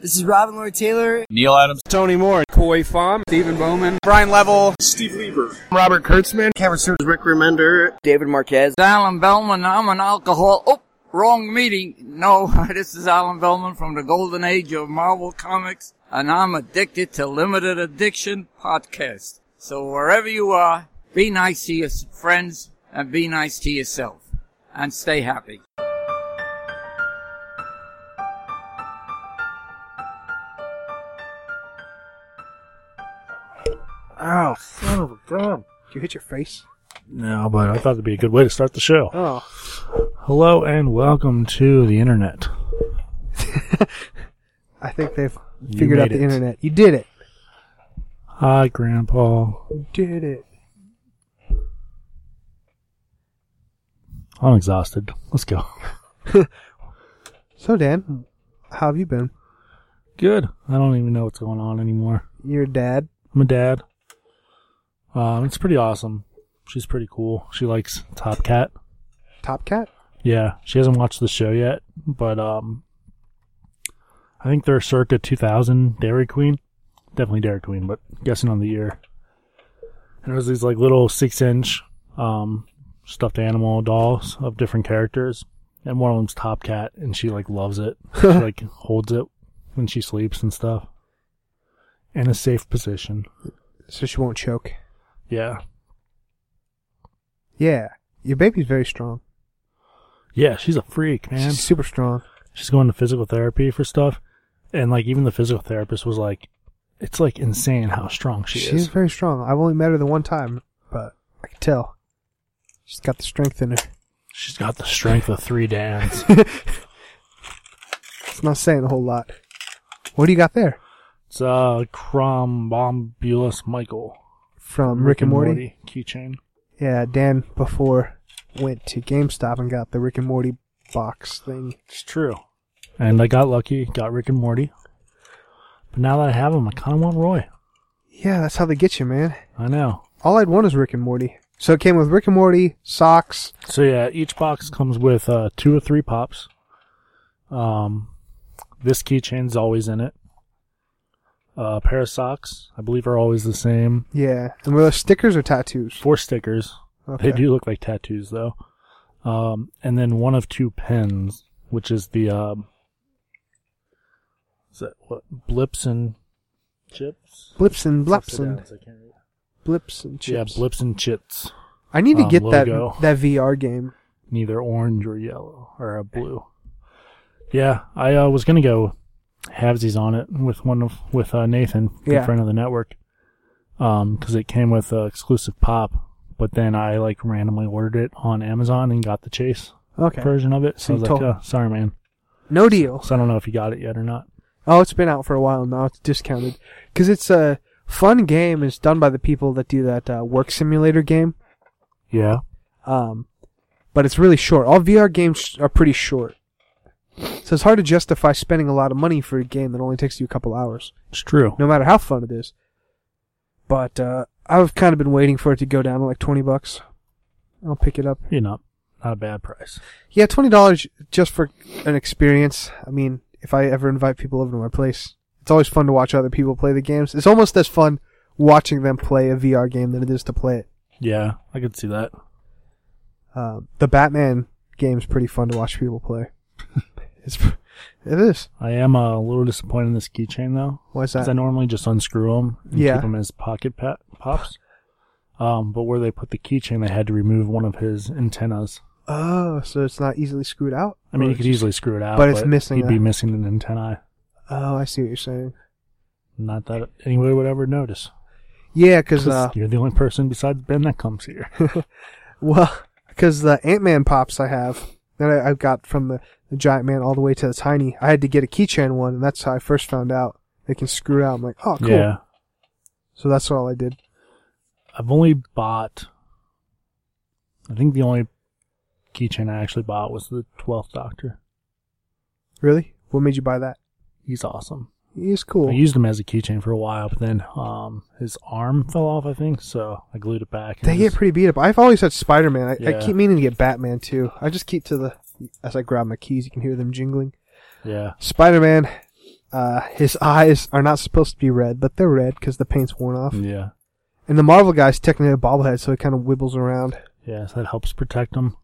This is Robin Lord Taylor. Neil Adams. Tony Moore. Koi Fom. Stephen Bowman. Brian Level. Steve Lieber. Robert Kurtzman. Cameron Stewart. Rick Remender. David Marquez. Alan Bellman. I'm an alcohol. Oh, wrong meeting. No, this is Alan Bellman from the golden age of Marvel Comics, and I'm addicted to Limited Addiction podcast. So wherever you are, be nice to your friends and be nice to yourself and stay happy. Ow, son of a gun. Did you hit your face? No, but I thought it'd be a good way to start the show. Oh. Hello and welcome to the internet. I think they've You figured out made the it. internet. You did it. Hi, Grandpa. You did it. I'm exhausted. Let's go. So, Dan, how have you been? Good. I don't even know what's going on anymore. Your dad? I'm a dad. Um, it's pretty awesome. She's pretty cool. She likes Top Cat. Top Cat? Yeah, she hasn't watched the show yet, but um, I think they're circa 2000 Dairy Queen. Definitely Dairy Queen, but guessing on the year. And there's these like little six inch um, stuffed animal dolls of different characters, and one of them's Top Cat, and she like loves it. she like holds it when she sleeps and stuff, in a safe position. So she won't choke. Yeah, Yeah. Your baby's very strong. yeah, she's a freak, man. She's super strong. she's going to physical therapy for stuff and like even the physical therapist was like it's like insane how strong she She's is very strong. I've only met her the one time, but I can tell. She's got the strength in her. she's got the strength of three dams It's not saying a whole lot. What do you got there? it's uh crombombulus michael From Um, Rick, and Morty? keychain Yeah, Dan before went to GameStop and got the Rick and Morty box thing. it's true and i got lucky got rick and morty but now that i have him i kind of want roy Yeah, that's how they get you, man. i know All I'd want is Rick and Morty. So it came with Rick and Morty, socks, so yeah each box comes with uh two or three pops um this keychain's always in it uh, a pair of socks i believe are always the same yeah. And were those stickers or tattoos? four stickers. Okay. They do look like tattoos though. Um, and then one of two pens, which is the um, is that what blips and chips? Blips and blips Upside down, and so I can't read. blips and Yeah, chips. blips and chits. I need to um, get logo. that that VR game. Neither orange or yellow or uh, blue. Yeah, I uh, was gonna go halvesies on it with one of with uh, Nathan, good Yeah. friend of the network, um, because it came with uh, exclusive pop. But then I like randomly ordered it on Amazon and got the chase. Okay. version of it. So So I was you like, told- oh, sorry, man. No deal. So I don't know if you got it yet or not. Oh, it's been out for a while now. It's discounted because it's a fun game. It's done by the people that do that uh, work simulator game. Yeah. Um, but it's really short. All VR games are pretty short, so it's hard to justify spending a lot of money for a game that only takes you a couple hours, It's true. no matter how fun it is. But uh, I've kind of been waiting for it to go down to like twenty bucks. I'll pick it up. You know, not a bad price. Yeah, twenty dollars just for an experience. I mean, if I ever invite people over to my place, it's always fun to watch other people play the games. It's almost as fun watching them play a VR game than it is to play it. Yeah, I could see that. Um, the Batman game's pretty fun to watch people play. it's it is. I am uh, a little disappointed in this keychain though, What's because I that? normally just unscrew them and Yeah. keep them as pocket pat- pops. Um, but where they put the keychain, they had to remove one of his antennas. Oh, so it's not easily screwed out. I mean, Or you could easily screw it out, But it's missing He'd be a- missing an antenna. Oh, I see what you're saying. Not that anyone would ever notice. Yeah, because uh, Oh, you're the only person besides Ben that comes here. well, because the Ant Man pops I have that I, I got from the, the Giant Man all the way to the Tiny, I had to get a keychain one, and that's how I first found out they can screw it out. I'm like, oh, cool. Yeah. So that's all I did. I've only bought. I think the only keychain I actually bought was the Twelfth Doctor. Really? What made you buy that? He's awesome. He's cool. I used him as a keychain for a while, but then um, his arm fell off. I think so. I glued it back. and they just- get pretty beat up. I've always had Spider Man. I, Yeah. I keep meaning to get Batman too. I just keep to the as I grab my keys, you can hear them jingling. yeah. Spider Man, Uh, his eyes are not supposed to be red, but they're red because the paint's worn off. Yeah. And the Marvel guy's technically a bobblehead, so he kind of wibbles around. Yeah, so that helps protect him.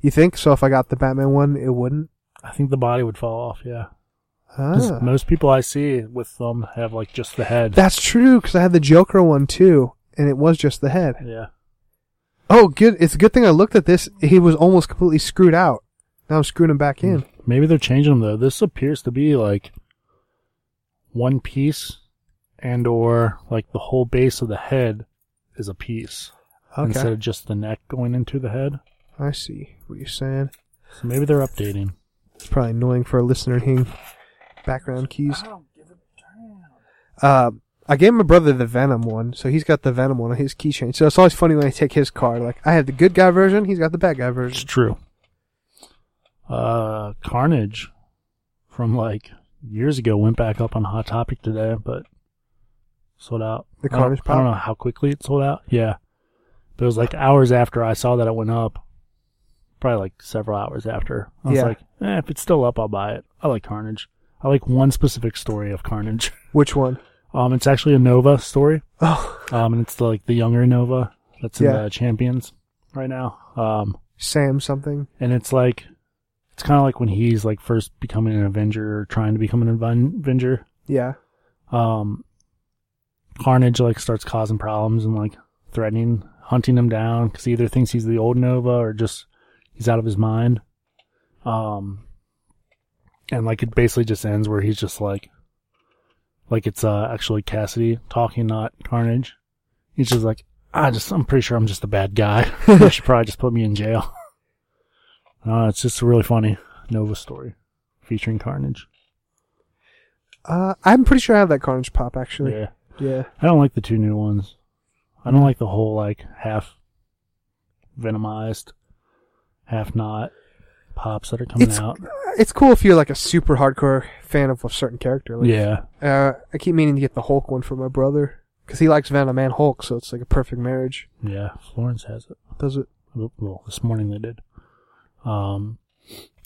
You think? So if I got the Batman one, it wouldn't? I think the body would fall off, yeah. 'Cause Ah. Most people I see with them have like just the head. That's true, because I had the Joker one too, and it was just the head. yeah. Oh, good. It's a good thing I looked at this. He was almost completely screwed out. Now I'm screwing him back in. Maybe they're changing them though. This appears to be like one piece and or like the whole base of the head is a piece Okay. instead of just the neck going into the head. I see what you're saying. So maybe they're updating. It's probably annoying for a listener hearing background keys. Uh, I gave my brother the Venom one, so he's got the Venom one on his keychain. So it's always funny when I take his card. Like I have the good guy version, he's got the bad guy It's version. true. Uh, Carnage from like years ago went back up on Hot Topic today, but sold out. The I don't- Carnage I don't pop? know how quickly it sold out. Yeah, but it was like hours after I saw that it went up. Probably like several hours after. I was Yeah. like, eh, if it's still up, I'll buy it. I like Carnage. I like one specific story of Carnage. Which one? Um, it's actually a Nova story. Oh, Um, and it's like the younger Nova that's in Yeah. the Champions right now. Um, Sam something. and it's like it's kind of like when he's like first becoming an avenger or trying to become an Aven- avenger Yeah. um carnage like starts causing problems and like threatening hunting him down because he either thinks he's the old nova or just he's out of his mind um and like it basically just ends where he's just like like it's uh actually cassidy talking not carnage he's just like i just i'm pretty sure i'm just a bad guy they should probably just put me in jail uh, it's just a really funny nova story featuring carnage Uh, I'm pretty sure I have that Carnage pop actually. yeah Yeah. I don't like the two new ones. I don't like the whole like half venomized, half not pops that are coming It's out. it's cool if you're like a super hardcore fan of a certain character. Like, Yeah, Uh, I keep meaning to get the Hulk one for my brother because he likes Venom and Hulk, so it's like a perfect marriage. yeah. Florence has it. Does it? Well, this morning they did. Um,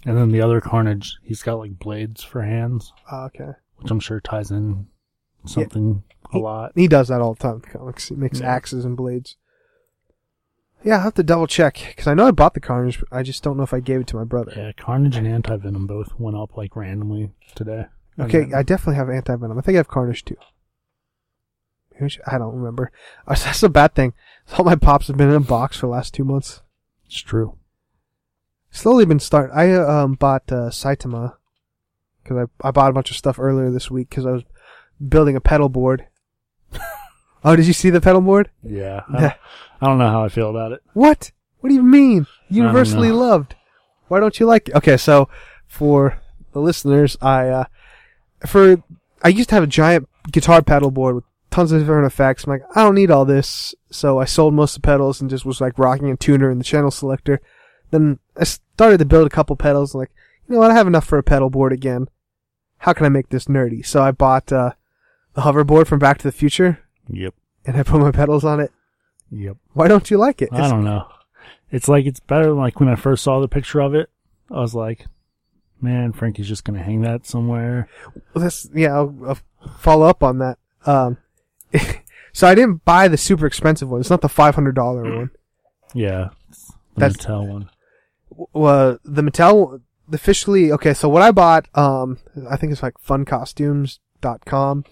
and then the other Carnage, he's got like blades for hands, Ah, okay. which I'm sure ties in something a He- lot. He does that all the time in comics. He makes Yeah. axes and blades. Yeah, I'll have to double check because I know I bought the Carnage, but I just don't know if I gave it to my brother. Yeah, Carnage and Anti Venom both went up like randomly today. And Okay, then- I definitely have anti venom. I think I have Carnage too. Maybe I should- I don't remember. Uh, so That's the bad thing. All my pops have been in a box for the last two months. it's true. Slowly been start. I uh, um bought uh, Saitama because I I bought a bunch of stuff earlier this week because I was building a pedal board. oh, did you see the pedal board? Yeah, I don't- I don't know how I feel about it. What? What do you mean? Universally know. loved. Why don't you like it? Okay, so for the listeners, I uh for I used to have a giant guitar pedal board with tons of different effects. I'm like, I don't need all this, so I sold most of the pedals and just was like rocking a tuner and the channel selector. Then I started to build a couple pedals and like, you know what, I have enough for a pedal board again. How can I make this nerdy? So I bought uh the hoverboard from Back to the Future Yep. and I put my pedals on it. Yep. Why don't you like it? I It's- don't know. It's like it's better than like when I first saw the picture of it. I was like, man, Frankie's just gonna hang that somewhere. Well, that's yeah. I'll, I'll follow up on that. Um, so I didn't buy the super expensive one. It's not the five hundred dollar one. Yeah, the That's- Mattel one. Well, uh, the Mattel officially okay. So what I bought, um, I think it's like FunCostumes.com.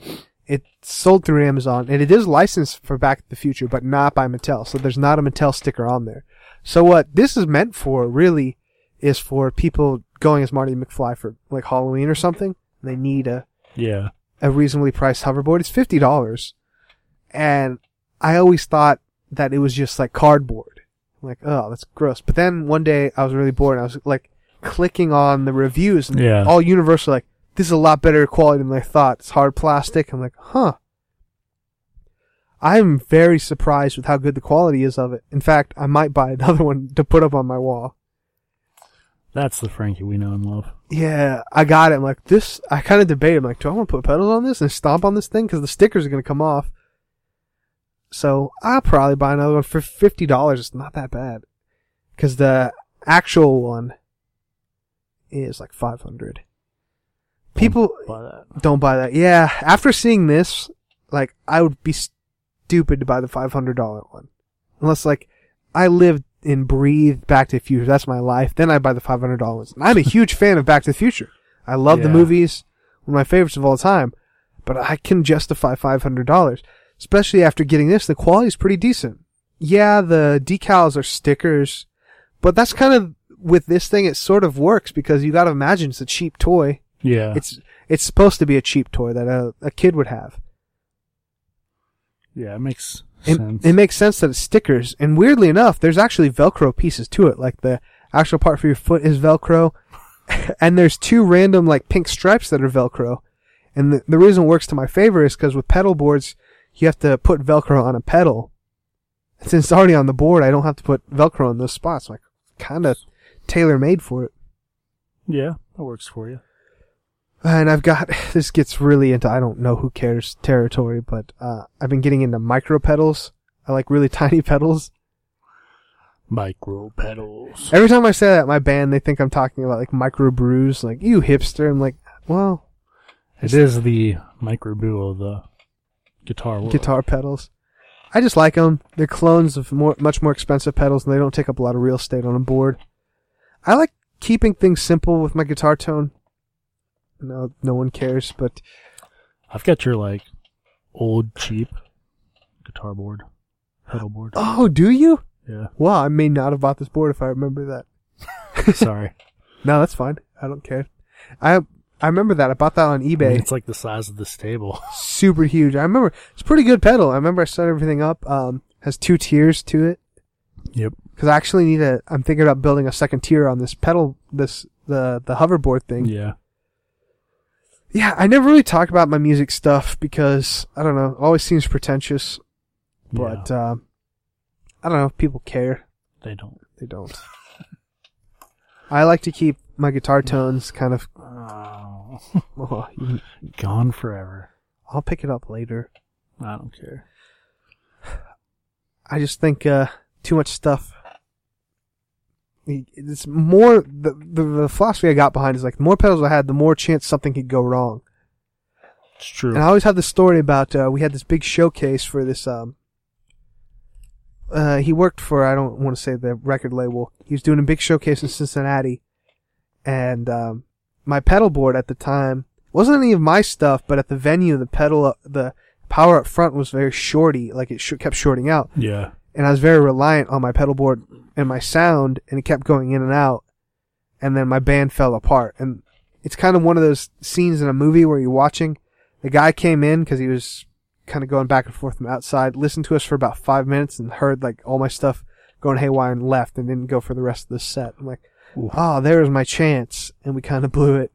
It sold through Amazon, and it is licensed for Back to the Future, but not by Mattel. So there's not a Mattel sticker on there. So what this is meant for really is for people going as Marty McFly for like Halloween or something. They need a Yeah, a reasonably priced hoverboard. It's fifty dollars, and I always thought that it was just like cardboard. I'm like, oh, that's gross. But then one day I was really bored. and I was like clicking on the reviews, and Yeah. all universal like this is a lot better quality than I thought. It's hard plastic. I'm like, huh. I'm very surprised with how good the quality is of it. In fact, I might buy another one to put up on my wall. that's the Frankie we know and love. Yeah, I got it. I'm like, this, I kind of debated. I'm like, do I want to put pedals on this and stomp on this thing? Because the stickers are going to come off. So I'll probably buy another one for $50. It's not that bad. Because the actual one is like 500 People Buy that. don't buy that. Yeah, after seeing this, like I would be stupid to buy the five hundred dollar one, unless like I lived and breathed Back to the Future. That's my life. Then I buy the five hundred dollars. And I'm a huge fan of Back to the Future. I love the Yeah. movies, one of my favorites of all time. But I can justify five hundred dollars, especially after getting this. The quality's pretty decent. Yeah, the decals are stickers, but that's kind of with this thing. It sort of works because you got to imagine it's a cheap toy. Yeah. It's it's supposed to be a cheap toy that a, a kid would have. yeah, it makes It, sense. it makes sense that it's stickers, and weirdly enough, there's actually Velcro pieces to it. Like the actual part for your foot is Velcro, and there's two random like pink stripes that are Velcro. And the, the reason it works to my favor is because with pedal boards, you have to put Velcro on a pedal. And Since it's already on the board, I don't have to put Velcro in those spots. Like kind of tailor made for it. yeah, that works for you. And I've got this gets really into I don't know who cares territory, but uh, I've been getting into micro pedals. I like really tiny pedals. Micro pedals. Every time I say that, my band they think I'm talking about like micro brews, like you hipster. I'm like, well, It is the micro brew of the guitar world. guitar pedals. I just like them. They're clones of more, much more expensive pedals, and they don't take up a lot of real estate on a board. I like keeping things simple with my guitar tone. No, no one cares, but I've got your like old cheap guitar board, pedal board. oh, do you? Yeah. Wow, I may not have bought this board if I remember that. Sorry. No, that's fine. I don't care. I I remember that. I bought that on I mean, eBay. it's like the size of this table. Super huge. I remember it's a pretty good pedal. I remember I set everything up. Um, has two tiers to it Yep. because I actually need a. I'm thinking about building a second tier on this pedal. This the the hoverboard thing. Yeah. Yeah, I never really talk about my music stuff because I don't know. It always seems pretentious, but Yeah. um, I don't know if people care. they don't. They don't. I like to keep my guitar tones kind of. Oh, Oh, you- gone forever. I'll pick it up later. I don't care. I just think uh, too much stuff. It's more the, the the philosophy I got behind is like the more pedals I had, the more chance something could go wrong. It's true. And I always have this story about uh, we had this big showcase for this. Um, uh, he worked for I don't want to say the record label. He was doing a big showcase in Cincinnati, and um, my pedal board at the time wasn't any of my stuff, but at the venue, the pedal up, the power up front was very shorty, like it sh- kept shorting out yeah. and I was very reliant on my pedal board and my sound, and it kept going in and out, and then my band fell apart. And it's kind of one of those scenes in a movie where you're watching. The guy came in because he was kind of going back and forth from outside, listened to us for about five minutes, and heard like all my stuff going haywire and left, and didn't go for the rest of the set. I'm like, Oof. oh, there was my chance, and we kind of blew it.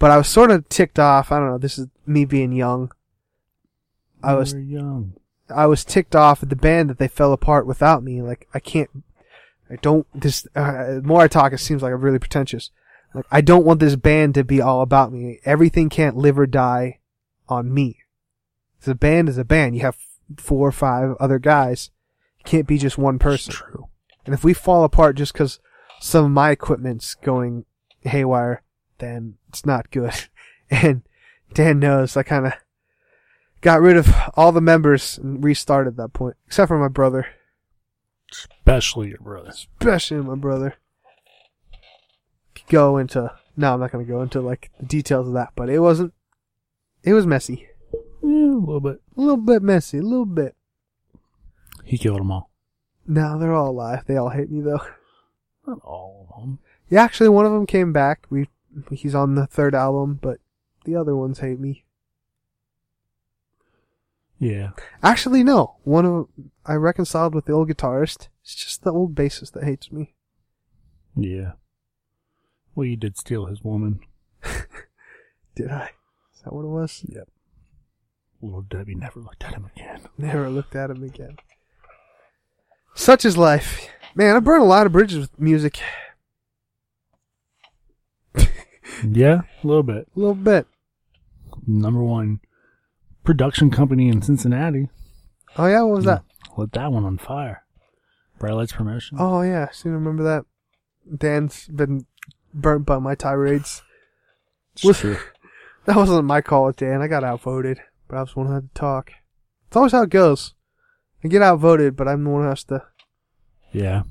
But I was sort of ticked off. I don't know. This is me being young. I was We're young. I was ticked off at the band that they fell apart without me. Like I can't, I don't. This uh, the more I talk, it seems like I'm really pretentious. Like I don't want this band to be all about me. Everything can't live or die on me. 'Cause a band is a band. You have four or five other guys. It can't be just one person. true. And if we fall apart just because some of my equipment's going haywire, then it's not good. And Dan knows I kind of got rid of all the members and restarted that point, except for my brother, Especially your brother. especially my brother. Could Go into no, I'm not gonna go into like the details of that, but it wasn't. It was messy, Yeah, a little bit. a little bit messy, a little bit. He killed them all. Now they're all alive. They all hate me though. Not all of them. Yeah, actually, one of them came back. We he's on the third album, but the other ones hate me. Yeah. Actually, no. One of I reconciled with the old guitarist. It's just the old bassist that hates me. Yeah. Well, you did steal his woman. Did I? Is that what it was? Yep. Little Debbie never looked at him again. Never looked at him again. Such is life, man. I burned a lot of bridges with music. Yeah, a little bit. A little bit. Number one production company in Cincinnati. Hmm. Oh yeah, what was that? Lit that one on fire. Bright Lights Promotion. Oh yeah, I soon remember that. Dan's been burnt by my tirades. It's true. That wasn't my call with Dan. I got outvoted, but I was the one who had to talk. It's always how it goes. I get outvoted, but I'm the one who has to Yeah.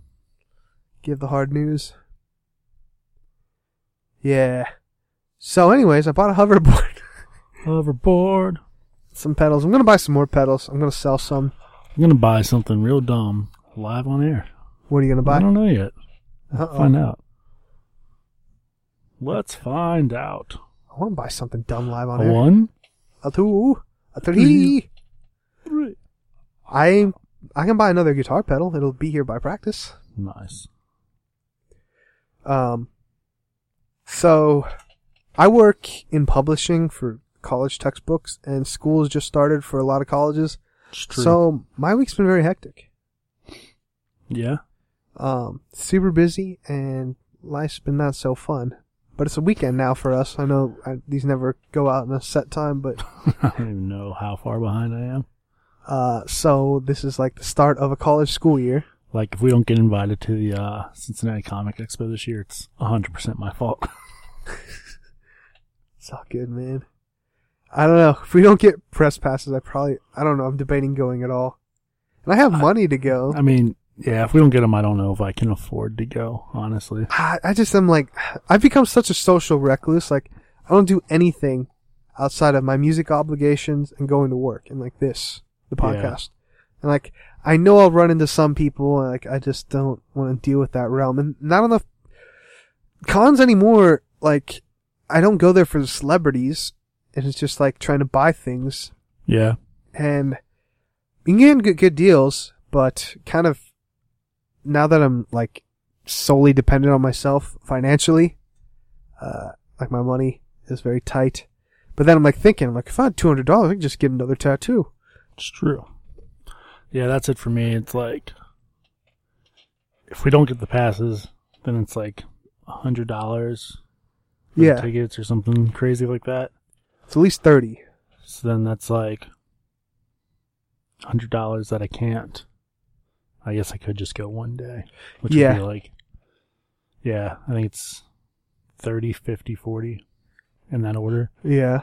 give the hard news. Yeah. So, anyways, I bought a hoverboard. Hoverboard. some pedals. I'm gonna buy some more pedals. I'm gonna sell some. I'm gonna buy something real dumb live on air. What are you gonna buy? I don't know yet. Uh-oh. Find out. Let's find out. I want to buy something dumb live on A air. one. A two, a three. Three. I I can buy another guitar pedal. It'll be here by practice. Nice. Um. So, I work in publishing for college textbooks, and school's just started for a lot of colleges. It's true. So my week's been very hectic. yeah. Um, super busy, and life's been not so fun. But it's a weekend now for us. I know I, these never go out in a set time, but I don't even know how far behind I am. Uh, so this is like the start of a college school year. Like, if we don't get invited to the uh, Cincinnati Comic Expo this year, it's 100% my fault. It's all good, man. I don't know. If we don't get press passes, I probably, I don't know. I'm debating going at all. And I have money to go. I mean, yeah, if we don't get them, I don't know if I can afford to go, honestly. I, I just am like, I've become such a social recluse. Like, I don't do anything outside of my music obligations and going to work and like this, the Yeah. podcast. And like, I know I'll run into some people. And like, I just don't want to deal with that realm. And not enough cons anymore. Like, I don't go there for the celebrities. And it's just like trying to buy things Yeah. and you can get good, good deals, but kind of now that I'm like solely dependent on myself financially, uh, like my money is very tight. But then I'm like thinking, like if I had two hundred dollars, I could just get another tattoo. It's true. Yeah, that's it for me. It's like if we don't get the passes, then it's like a hundred dollars for the yeah, tickets or something crazy like that. it's at least thirty. So then that's like a hundred dollars that I can't. I guess I could just go one day, which Yeah. would be like yeah, I think it's 30, 50, 40 in that order. Yeah,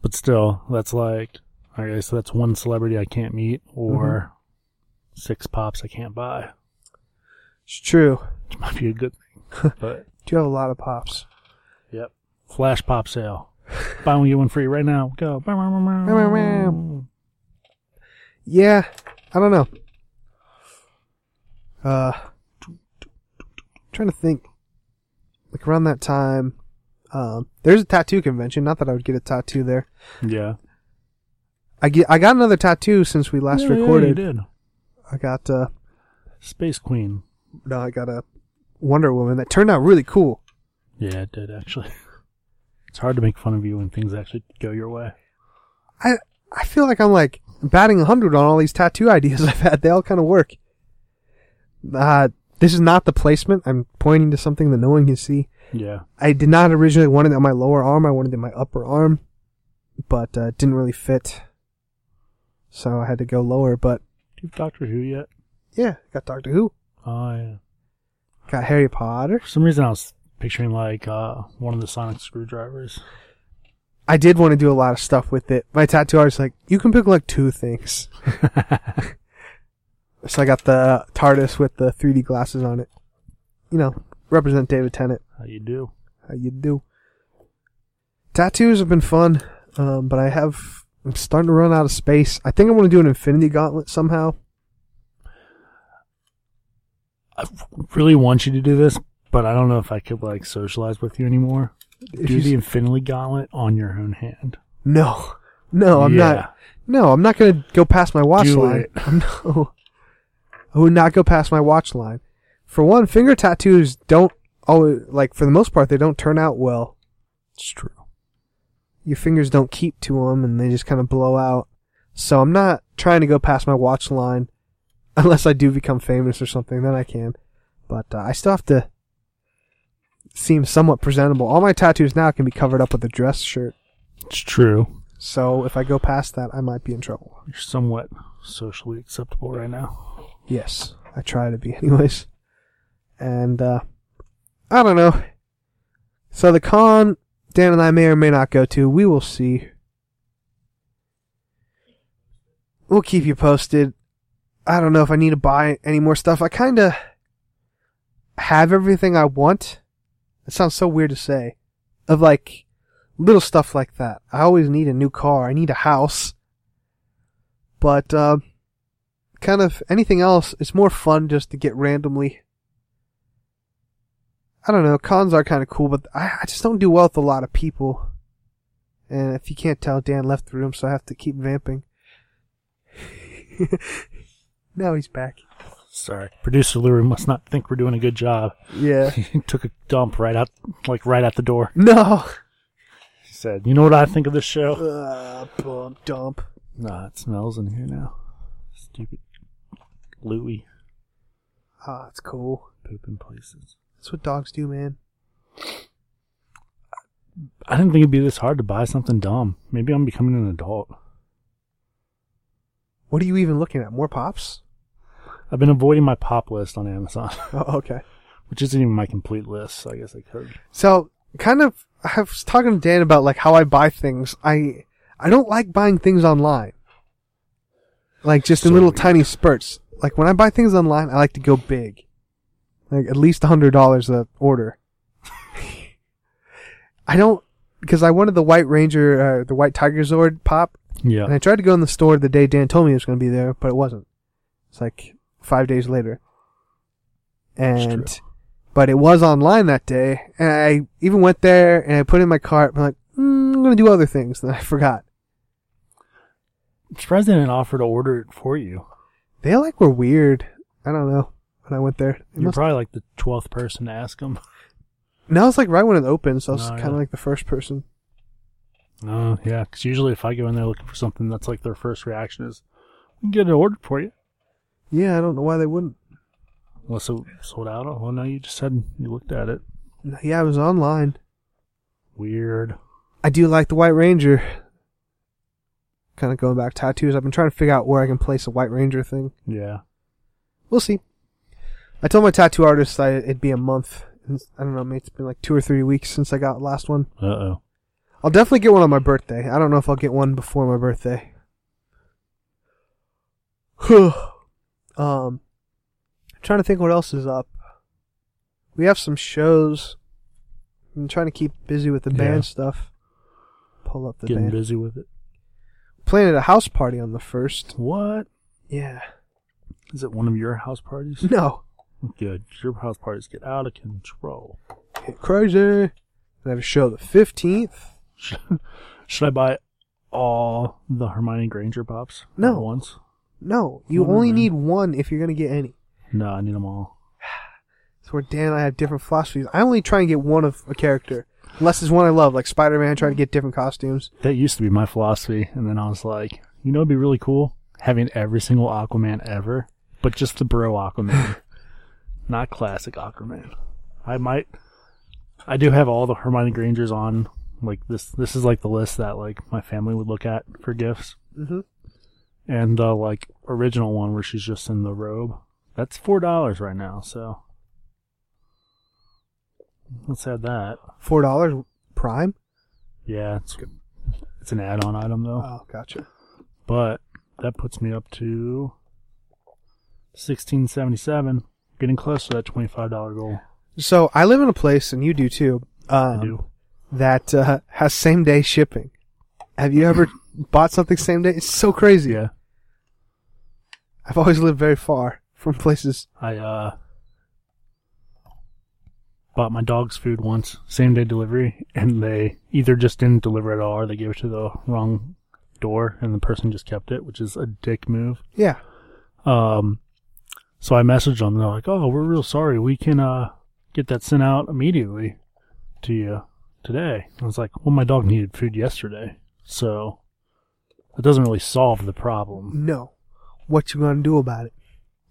But still, that's like okay, so that's one celebrity I can't meet or Mm-hmm. six pops I can't buy, it's true. which might be a good thing. but Do you have a lot of pops? yep, flash pop sale. Buy one get one free right now. Go. Yeah, I don't know. Uh, trying to think. Like around that time, um, there's a tattoo convention. Not that I would get a tattoo there. Yeah. I get, I got another tattoo since we last Yeah, yeah, recorded. you did. I got uh Space Queen. no, I got a Wonder Woman that turned out really cool. Yeah, it did actually. It's hard to make fun of you when things actually go your way. I I feel like I'm like batting hundred on all these tattoo ideas I've had. They all kind of work. Uh this is not the placement. I'm pointing to something that no one can see. Yeah. I did not originally want it on my lower arm. I wanted it in my upper arm, but uh, it didn't really fit, so I had to go lower. But Do you have Doctor Who yet? yeah, got Doctor Who, Oh yeah. got Harry Potter. For some reason, I was picturing like uh, one of the sonic screwdrivers. I did want to do a lot of stuff with it. My tattoo artist like, you can pick like two things. So I got the TARDIS with the 3D glasses on it. You know, represent David Tennant. How you do? How you do? Tattoos have been fun, um, but I have I'm starting to run out of space. I think I want to do an Infinity Gauntlet somehow. I really want you to do this, but I don't know if I could like socialize with you anymore. If do you the s- Infinity Gauntlet on your own hand. no, no, I'm Yeah. not. No, I'm not gonna go past my watch Do line. it. No, I would not go past my watch line. For one, finger tattoos don't always like for the most part they don't turn out well. It's true. your fingers don't keep to them and they just kind of blow out. So I'm not trying to go past my watch line unless I do become famous or something, then I can. But uh, I still have to seem somewhat presentable. All my tattoos now can be covered up with a dress shirt. It's true. So if I go past that, I might be in trouble. You're somewhat socially acceptable right now. Yes, I try to be anyways. And uh I don't know. So the con Dan and I may or may not go to. We will see. We'll keep you posted. I don't know if I need to buy any more stuff. I kind of have everything I want. It sounds so weird to say. Of like little stuff like that. I always need a new car. I need a house. But uh, kind of anything else, it's more fun just to get randomly. I don't know. Cons are kind of cool, but I, I just don't do well with a lot of people. And if you can't tell, Dan left the room, so I have to keep vamping. now he's back. Sorry. Producer Leary must not think we're doing a good job. Yeah. He took a dump right out, like right out the door. no. He said, "You know what I think of this show? Uh, bump dump. Nah, it smells in here now. Stupid Louie Ah, it's cool. pooping places. That's what dogs do, man. I didn't think it'd be this hard to buy something dumb. Maybe I'm becoming an adult. What are you even looking at? More pops? I've been avoiding my pop list on Amazon, Oh, okay. which isn't even my complete list. So I guess I could. So, kind of, I was talking to Dan about like how I buy things. I I don't like buying things online, like just in So little weird. tiny spurts. Like when I buy things online, I like to go big, like at least a hundred dollars a order. I don't because I wanted the White Ranger, uh, the White Tiger Zord pop, Yeah. and I tried to go in the store the day Dan told me it was going to be there, but it wasn't. It's like five days later. true. And, but it was online that day, and I even went there and I put it in my cart. But I'm like, mm, I'm going to do other things, and I forgot. I'm surprised they didn't offer to order it for you. They like were weird. I don't know when I went there. It You're must- probably like the twelfth person to ask them. no, it's like right when it opened, so I was No, kind of yeah. like the first person. Oh yeah, because usually if I go in there looking for something, that's like their first reaction is, "We can get it ordered for you." Yeah, I don't know why they wouldn't. Unless it sold out. Oh, well, no, you just said you looked at it. Yeah, it was online. Weird. I do like the White Ranger. Kind of going back to tattoos. I've been trying to figure out where I can place a White Ranger thing. Yeah. We'll see. I told my tattoo artist I, it'd be a month. And I don't know, mate. It's been like two or three weeks since I got last one. Uh oh. I'll definitely get one on my birthday. I don't know if I'll get one before my birthday. um, I'm Um, trying to think what else is up. We have some shows. I'm trying to keep busy with the Yeah. band stuff. Pull up the Getting band. busy with it. Playing at a house party on the first. What? Yeah. Is it one of your house parties? No. Good. Your house parties get out of control. Crazy. And I have a show the 15th. Should, should I buy all the Hermione Granger pops? No. At once? No, you Wonder only Man. need one if you're gonna get any. No, I need them all. That's where Dan and I have different philosophies. I only try and get one of a character, unless it's one I love, like Spider-Man. I try to get different costumes. That used to be my philosophy, and then I was like, you know, it'd be really cool having every single Aquaman ever, but just the bro Aquaman, not classic Aquaman. I might, I do have all the Hermione Grangers on. Like this, this is like the list that like my family would look at for gifts, Mm-hmm. and the like original one where she's just in the robe. That's four dollars right now, so let's add that. Four dollars prime. Yeah, it's it's an add-on item though. Oh, gotcha. but that puts me up to 1677 getting close to that $25 goal So I live in a place, and you do too, um, i do that uh, has same-day shipping. Have you ever bought something same day? It's so crazy. yeah I've always lived very far from places. i uh bought my dog's food once same day delivery and they either just didn't deliver at all or they gave it to the wrong door and the person just kept it which is a dick move Yeah. Um, so I messaged them. They're like, "Oh, we're real sorry. We can uh get that sent out immediately to you today." I was like, "Well, my dog needed food yesterday, so it doesn't really solve the problem." No. What you gonna do about it?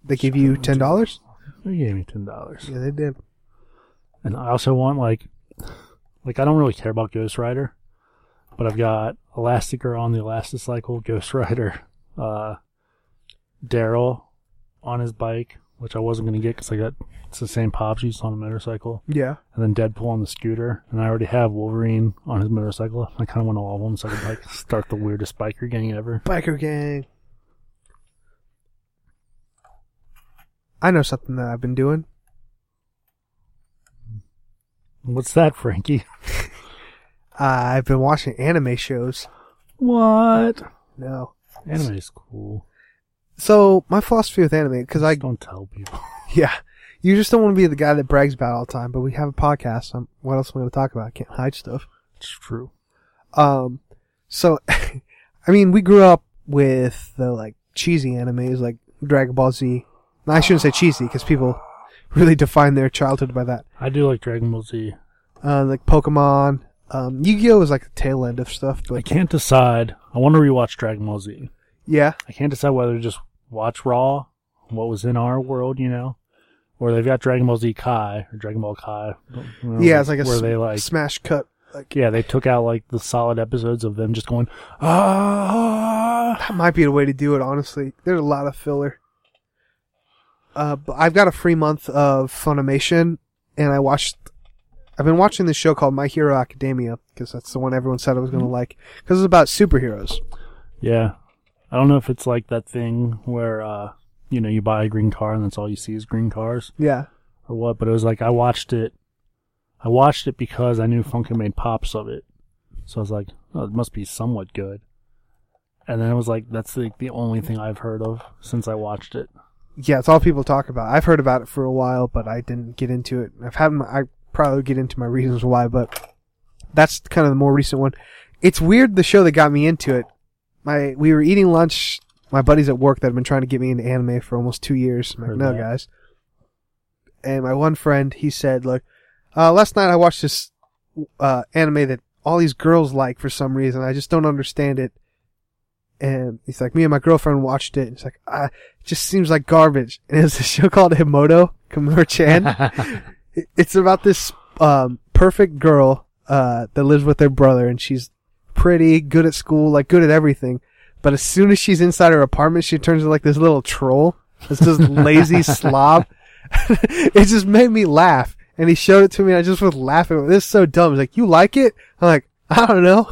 They give you ten dollars? They gave me ten dollars, Yeah, they did. and I also want like, like I don't really care about Ghost Rider, but I've got Elastigirl on the Elasticycle, Ghost Rider, uh, Daryl on his bike, which I wasn't going to get because I got it's the same Popsies on a motorcycle, Yeah. and then Deadpool on the scooter, and I already have Wolverine on his motorcycle. I kind of want all of them so I could like start the weirdest biker gang ever. Biker gang. I know something that I've been doing. What's that, Frankie? Uh, I've been watching anime shows. What? No. Anime is cool. So my philosophy with anime, because I Just don't tell people. yeah, you just don't want to be the guy that brags about it all the time. But we have a podcast. Um, what else am I going to talk about? I can't hide stuff. It's true. Um, so, I mean, we grew up with the like cheesy animes like Dragon Ball Z. No, I shouldn't say cheesy because people really define their childhood by that. I do like Dragon Ball Z. Uh, like Pokemon, um, Yu-Gi-Oh is like the tail end of stuff, I but can't decide. I want to rewatch Dragon Ball Z. yeah, I can't decide whether to just watch Raw, what was in our world, you know, or they've got Dragon Ball Z Kai or Dragon Ball Kai. you know, yeah, it's like a where s- they like smash cut. Like yeah they took out like the solid episodes of them just going ah. that might be a way to do it. Honestly, there's a lot of filler. Uh, but I've got a free month of Funimation, and I watched. I've been watching this show called My Hero Academia because that's the one everyone said I was Mm-hmm. going to 'Cause like because it's about superheroes. Yeah, I don't know if it's like that thing where uh you know you buy a green car and that's all you see is green cars Yeah. or what, but it was like I watched it. I watched it because I knew Funkin made pops of it, so I was like, oh, it must be somewhat good. And then it was like that's like the only thing I've heard of since I watched it. Yeah, it's all people talk about. I've heard about it for a while, but I didn't get into it. I've had my, I probably get into my reasons why, but that's kind of the more recent one. It's weird the show that got me into it. My we were eating lunch. My buddies at work that have been trying to get me into anime for almost two years. I'm like, Heard no, that. guys. And my one friend, he said, "Look, uh, last night I watched this uh, anime that all these girls like for some reason. I just don't understand it." and he's like, me and my girlfriend watched it. And he's like, ah, it just seems like garbage. And it was a show called Himoto Kamura Chan. It- it's about this um, perfect girl uh, that lives with her brother, and she's pretty, good at school, like good at everything. But as soon as she's inside her apartment, she turns into like this little troll, this just lazy slob. it just made me laugh. And he showed it to me, and I just was laughing. This is so dumb. He's like, you like it? I'm like, I don't know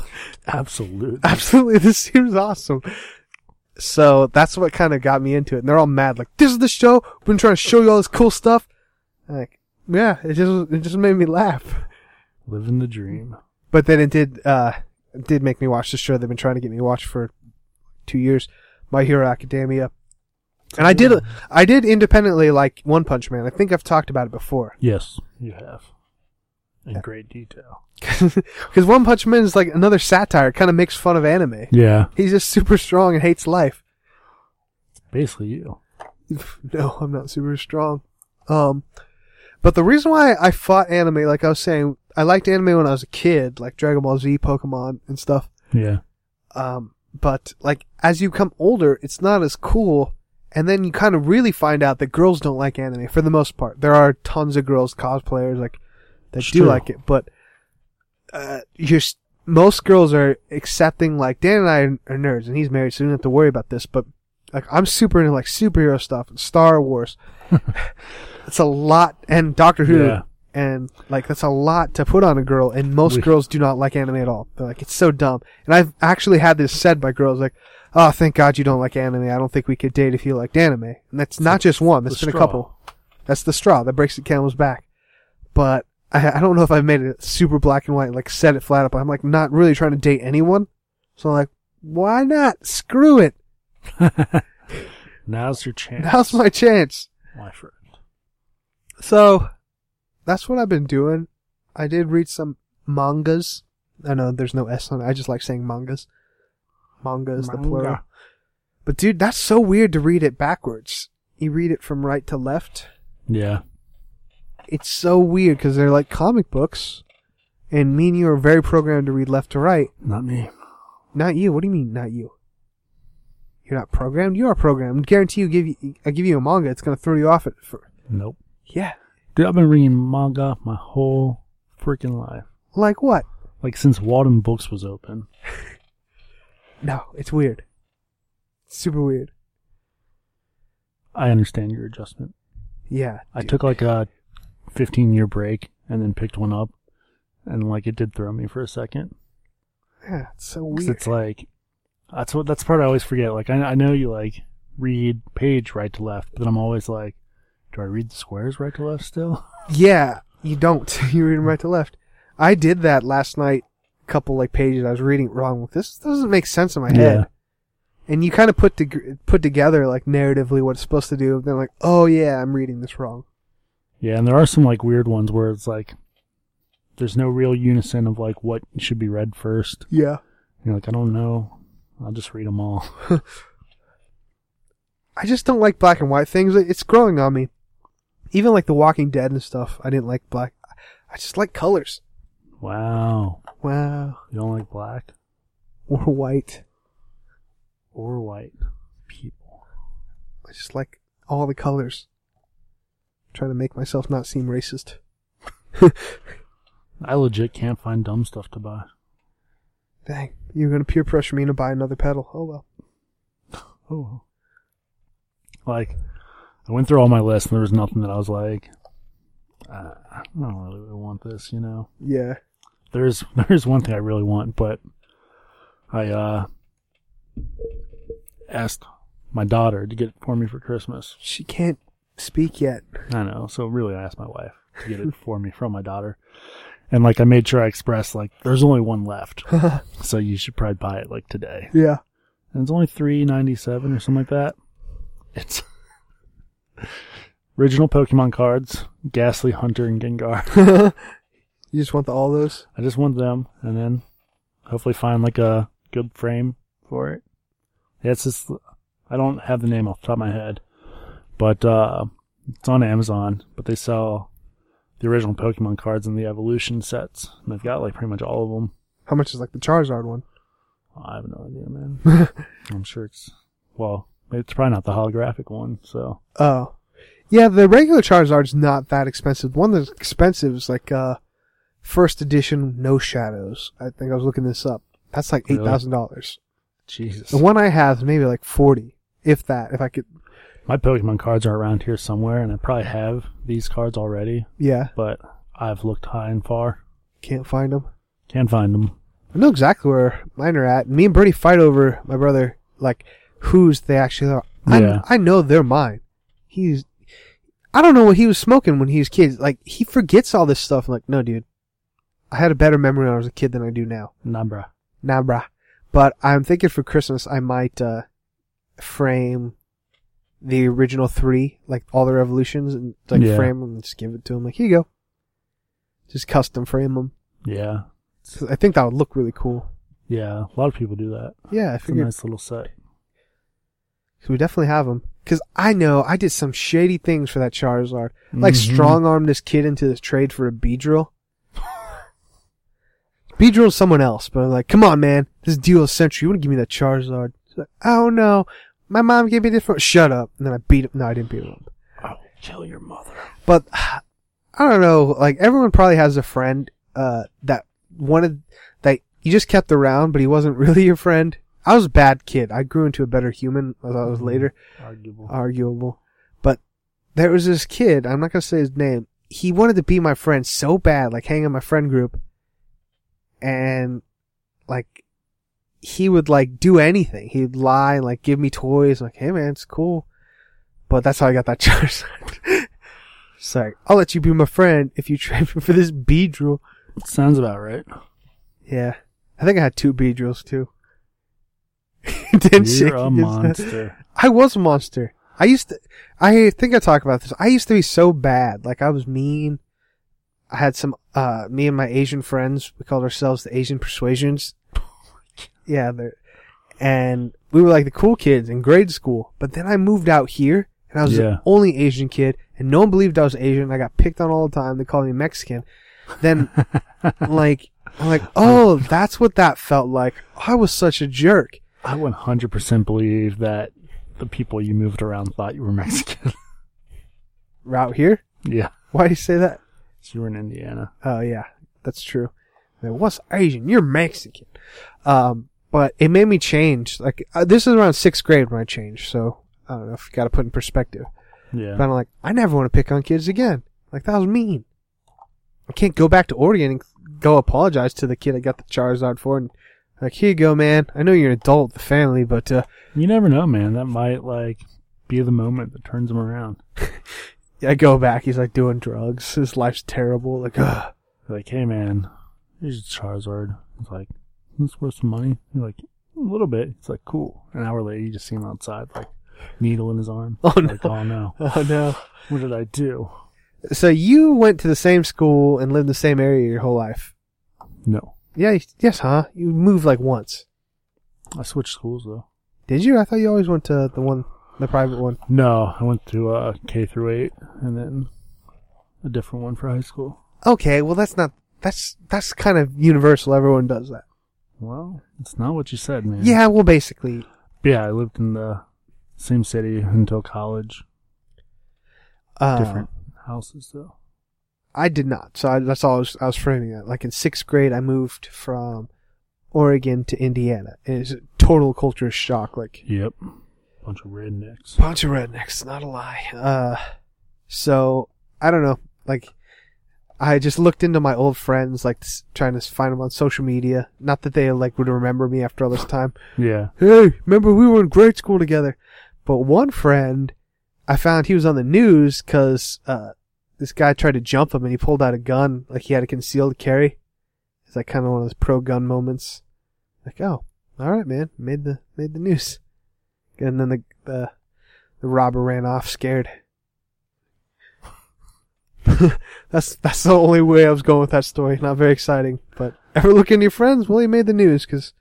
Absolutely. absolutely this seems awesome so that's what kind of got me into it and they're all mad like this is the show we've been trying to show you all this cool stuff And, like yeah it just it just made me laugh Living the dream. but then it did uh it did make me watch the show they've been trying to get me to watch for two years my hero academia and i did i did independently like one punch man i think i've talked about it before Yes, you have. In great detail. because one punch man is like another satire kind of makes fun of anime Yeah. he's just super strong and hates life Basically you. no, I'm not super strong. Um, but the reason why I fought anime, like I was saying, I liked anime when I was a kid, like Dragon Ball Z, Pokemon, and stuff. Yeah. Um, but like as you come older, it's not as cool. And then you kind of really find out that girls don't like anime for the most part. There are tons of girls cosplayers like that It's do true. like it, but uh, you're s- most girls are accepting. Like Dan and I are, are nerds, and he's married, so we don't have to worry about this. But like I'm super into like superhero stuff and Star Wars. it's a lot, and Doctor Who, Yeah. and like that's a lot to put on a girl. And most We- girls do not like anime at all. They're like it's so dumb. And I've actually had this said by girls like. Oh, thank God you don't like anime. I don't think we could date if you liked anime. And that's not just one. That's the been a straw. couple. That's the straw that breaks the camel's back. But I, I don't know if I've made it super black and white, like set it flat up. I'm like not really trying to date anyone. So I'm like, why not? Screw it. Now's your chance. Now's my chance. my friend. So that's what I've been doing. I did read some mangas. I know there's no S on it. I just like saying mangas. Manga is the plural. Manga. But dude, that's so weird to read it backwards. You read it from right to left. Yeah. it's so weird because they're like comic books, and me and you are very programmed to read left to right. Not me. Not you. What do you mean, not you? You're not programmed. You are programmed. Guarantee you. Give you. I give you a manga. It's gonna throw you off. It. For, Nope. yeah. Dude, I've been reading manga my whole freaking life. Like what? Like since Walden Books was open. No. It's weird. Super weird. I understand your adjustment. Yeah. I dude. took like a 15 year break and then picked one up, and like it did throw me for a second. Yeah, it's so 'Cause weird. it's like that's what that's the part I always forget. Like I, I know you like read page right to left, but then I'm always like, do I read the squares right to left still? Yeah, you don't. you read 'em right to left. I did that last night. A couple like pages I was reading it wrong. Like, This doesn't make sense in my head. Yeah. And you kind of put to, put together like narratively what it's supposed to do. Then like, oh yeah, I'm reading this wrong. Yeah, and there are some like weird ones where it's like there's no real unison of like what should be read first. Yeah. You're like, I don't know. I'll just read them all. I just don't like black and white things. It- It's growing on me. Even like The Walking Dead and stuff. I didn't like black. I just like colors. Wow. Wow. You don't like black Or white. or white people. I just like all the colors. Trying to make myself not seem racist. I legit can't find dumb stuff to buy. Dang, you're gonna peer pressure me to buy another pedal. Oh well. Oh. Like, I went through all my lists and there was nothing that I was like, uh, I don't really want this, you know? Yeah. There's, there's one thing I really want, but I, uh, asked my daughter to get it for me for Christmas. She can't speak yet. I know. So really, I asked my wife to get it for me from my daughter, and like I made sure I expressed like there's only one left, so you should probably buy it like today. Yeah. And it's only three ninety seven or something like that. It's original Pokemon cards, Ghastly Hunter and Gengar. you just want the, all those? I just want them, and then hopefully find like a good frame for it. Yeah, it's just I don't have the name off the top of my head, but uh, it's on Amazon. But they sell the original Pokemon cards and the evolution sets, and they've got like pretty much all of them. How much is like the Charizard one? I have no idea, man. I'm sure it's well, it's probably not the holographic one, so Oh. Yeah, the regular Charizard's not that expensive. The one that's expensive is like uh first edition no shadows. I think I was looking this up. That's like eight Really? thousand dollars. Jesus. The one I have is maybe like forty, if that, if I could My Pokemon cards are around here somewhere, and I probably have these cards already, yeah, but I've looked high and far. can't find them. Can't find them. I know exactly where mine are at. Me and Bernie fight over my brother, like whose they actually are. I, Yeah. I know they're mine. He's, I don't know what he was smoking when he was kids. Like he forgets all this stuff. I'm like, no, dude, I had a better memory when I was a kid than I do now. Nah, bruh. Nah, bruh. But I'm thinking for Christmas I might uh frame the original three, like all the revolutions, and like Yeah. frame them and just give it to him. Like here you go, just custom frame them. Yeah, I think that would look really cool. yeah. A lot of people do that. Yeah, I It's a figured nice little set. So we definitely have him. Because I know I did some shady things for that Charizard. Like Mhm. strong arm this kid into this trade for a Beedrill. Beedrill's someone else, but I'm like, come on, man. This deal is central. You want to give me that Charizard? He's like, oh no. My mom gave me this for. Shut up. And then I beat him. No, I didn't beat him up. I will kill your mother. But I don't know. Like everyone probably has a friend uh, that wanted that you just kept around, but he wasn't really your friend. I was a bad kid. I grew into a better human as I was later Arguable. Uh, arguable. But there was this kid, I'm not gonna say his name, he wanted to be my friend so bad, like hang in my friend group, and like he would like do anything. He'd lie and like give me toys, like, hey man, it's cool. But that's how I got that Charizard. it's like, I'll let you be my friend if you trade me for this Beedrill. Sounds about right. Yeah. I think I had two Beedrills too. Didn't shake You're a his head. monster. I was a monster. I used to, I think I talk about this. I used to be so bad. Like I was mean. I had some, uh, me and my Asian friends, we called ourselves the Asian Persuasions. Yeah, they're, and we were like the cool kids in grade school. But then I moved out here and I was Yeah. the only Asian kid and no one believed I was Asian. I got picked on all the time. They called me Mexican. Then like, I'm like, oh, that's what that felt like. I was such a jerk. I 100% believe that the people you moved around thought you were Mexican. Out here? yeah. Why do you say that? So you were in Indiana. Oh yeah, that's true. Like, What's Asian? You're Mexican. Um, but it made me change. Like uh, this is around sixth grade when I changed, so I don't know if you got to put in perspective. But Yeah. I'm like, I never want to pick on kids again. Like that was mean. I can't go back to Oregon and go apologize to the kid I got the Charizard for and like, here you go, man. I know you're an adult, with the family, but uh, You never know, man. That might like be the moment that turns him around. I go back. He's like doing drugs. His life's terrible. Like, ugh. like, hey man, here's your Charizard. It's like, it's worth some money. You're like, a little bit. It's like, cool. An hour later, you just see him outside, like, needle in his arm. Oh, Like, no. oh no, oh no. what did I do? So you went to the same school and lived in the same area your whole life. No, Yeah. Yes, huh? You moved like once. I switched schools though. Did you? I thought you always went to the one, the private one. No, I went to uh, K through eight, and then a different one for high school. Okay. Well, that's not. That's that's kind of universal. Everyone does that. Well, it's not what you said, man. Yeah. Well, basically, yeah. I lived in the same city until college. uh, Different houses though. I did not. So I, that's all I was, I was framing that. Like in sixth grade, I moved from Oregon to Indiana. It is a total culture shock. Like Yep, bunch of rednecks. bunch of rednecks. Not a lie. Uh, so I don't know. Like I just looked into my old friends, like s- trying to find them on social media. Not that they like would remember me after all this time. Yeah. hey, remember we were in grade school together. But one friend, I found he was on the news because uh, this guy tried to jump him and he pulled out a gun, like he had a concealed carry. It's like kind of one of those pro gun moments. Like, oh, all right, man, made the made the news. And then the the, the robber ran off scared. that's that's the only way I was going with that story. Not very exciting, but ever look into your friends. Well, he made the news because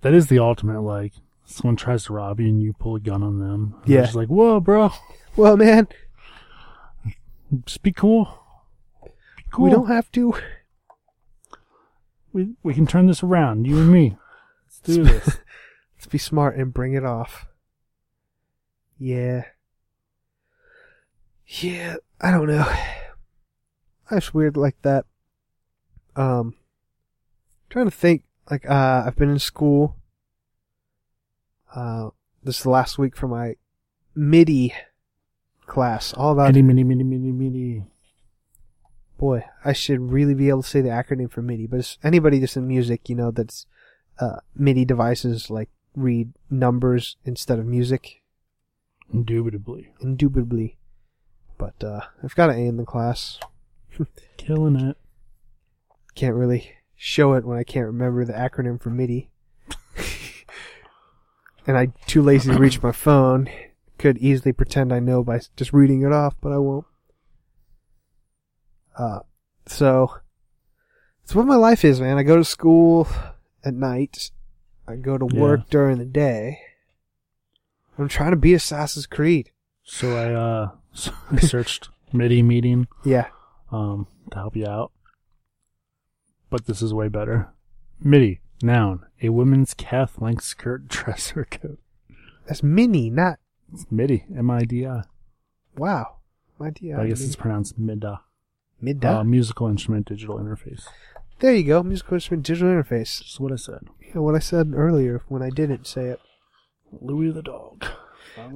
That is the ultimate. Like someone tries to rob you and you pull a gun on them. And they're Yeah. Just like whoa, bro. well, man, Just be cool. Be cool. We don't have to. We we can turn this around. You and me. Let's do this. Let's be smart and bring it off. Yeah. Yeah, I don't know. That's weird like that. Um, trying to think. Like, uh, I've been in school. Uh, this is the last week for my MIDI class. All about Mini mini mini mini mini. boy, I should really be able to say the acronym for MIDI, but it's anybody that's in music, you know, that's uh, MIDI devices like read numbers instead of music, Indubitably indubitably. But uh, I've got an A in the class. killing it. Can't really show it when I can't remember the acronym for MIDI. and I'm too lazy to reach my phone. Could easily pretend I know by just reading it off, but I won't. Uh, so it's what my life is, man. I go to school at night. I go to Yeah. work during the day. I'm trying to beat Assassin's Creed. So I uh s- I searched MIDI meeting Yeah. um to help you out. But this is way better. MIDI noun a woman's calf length skirt dress or coat. That's mini, not It's MIDI M I D I. wow. My idea. I guess it's pronounced MIDI. mid Uh, musical instrument digital interface. There you go, musical instrument digital interface. Just what I said. You know, what I said earlier when I didn't say it. Louis the dog.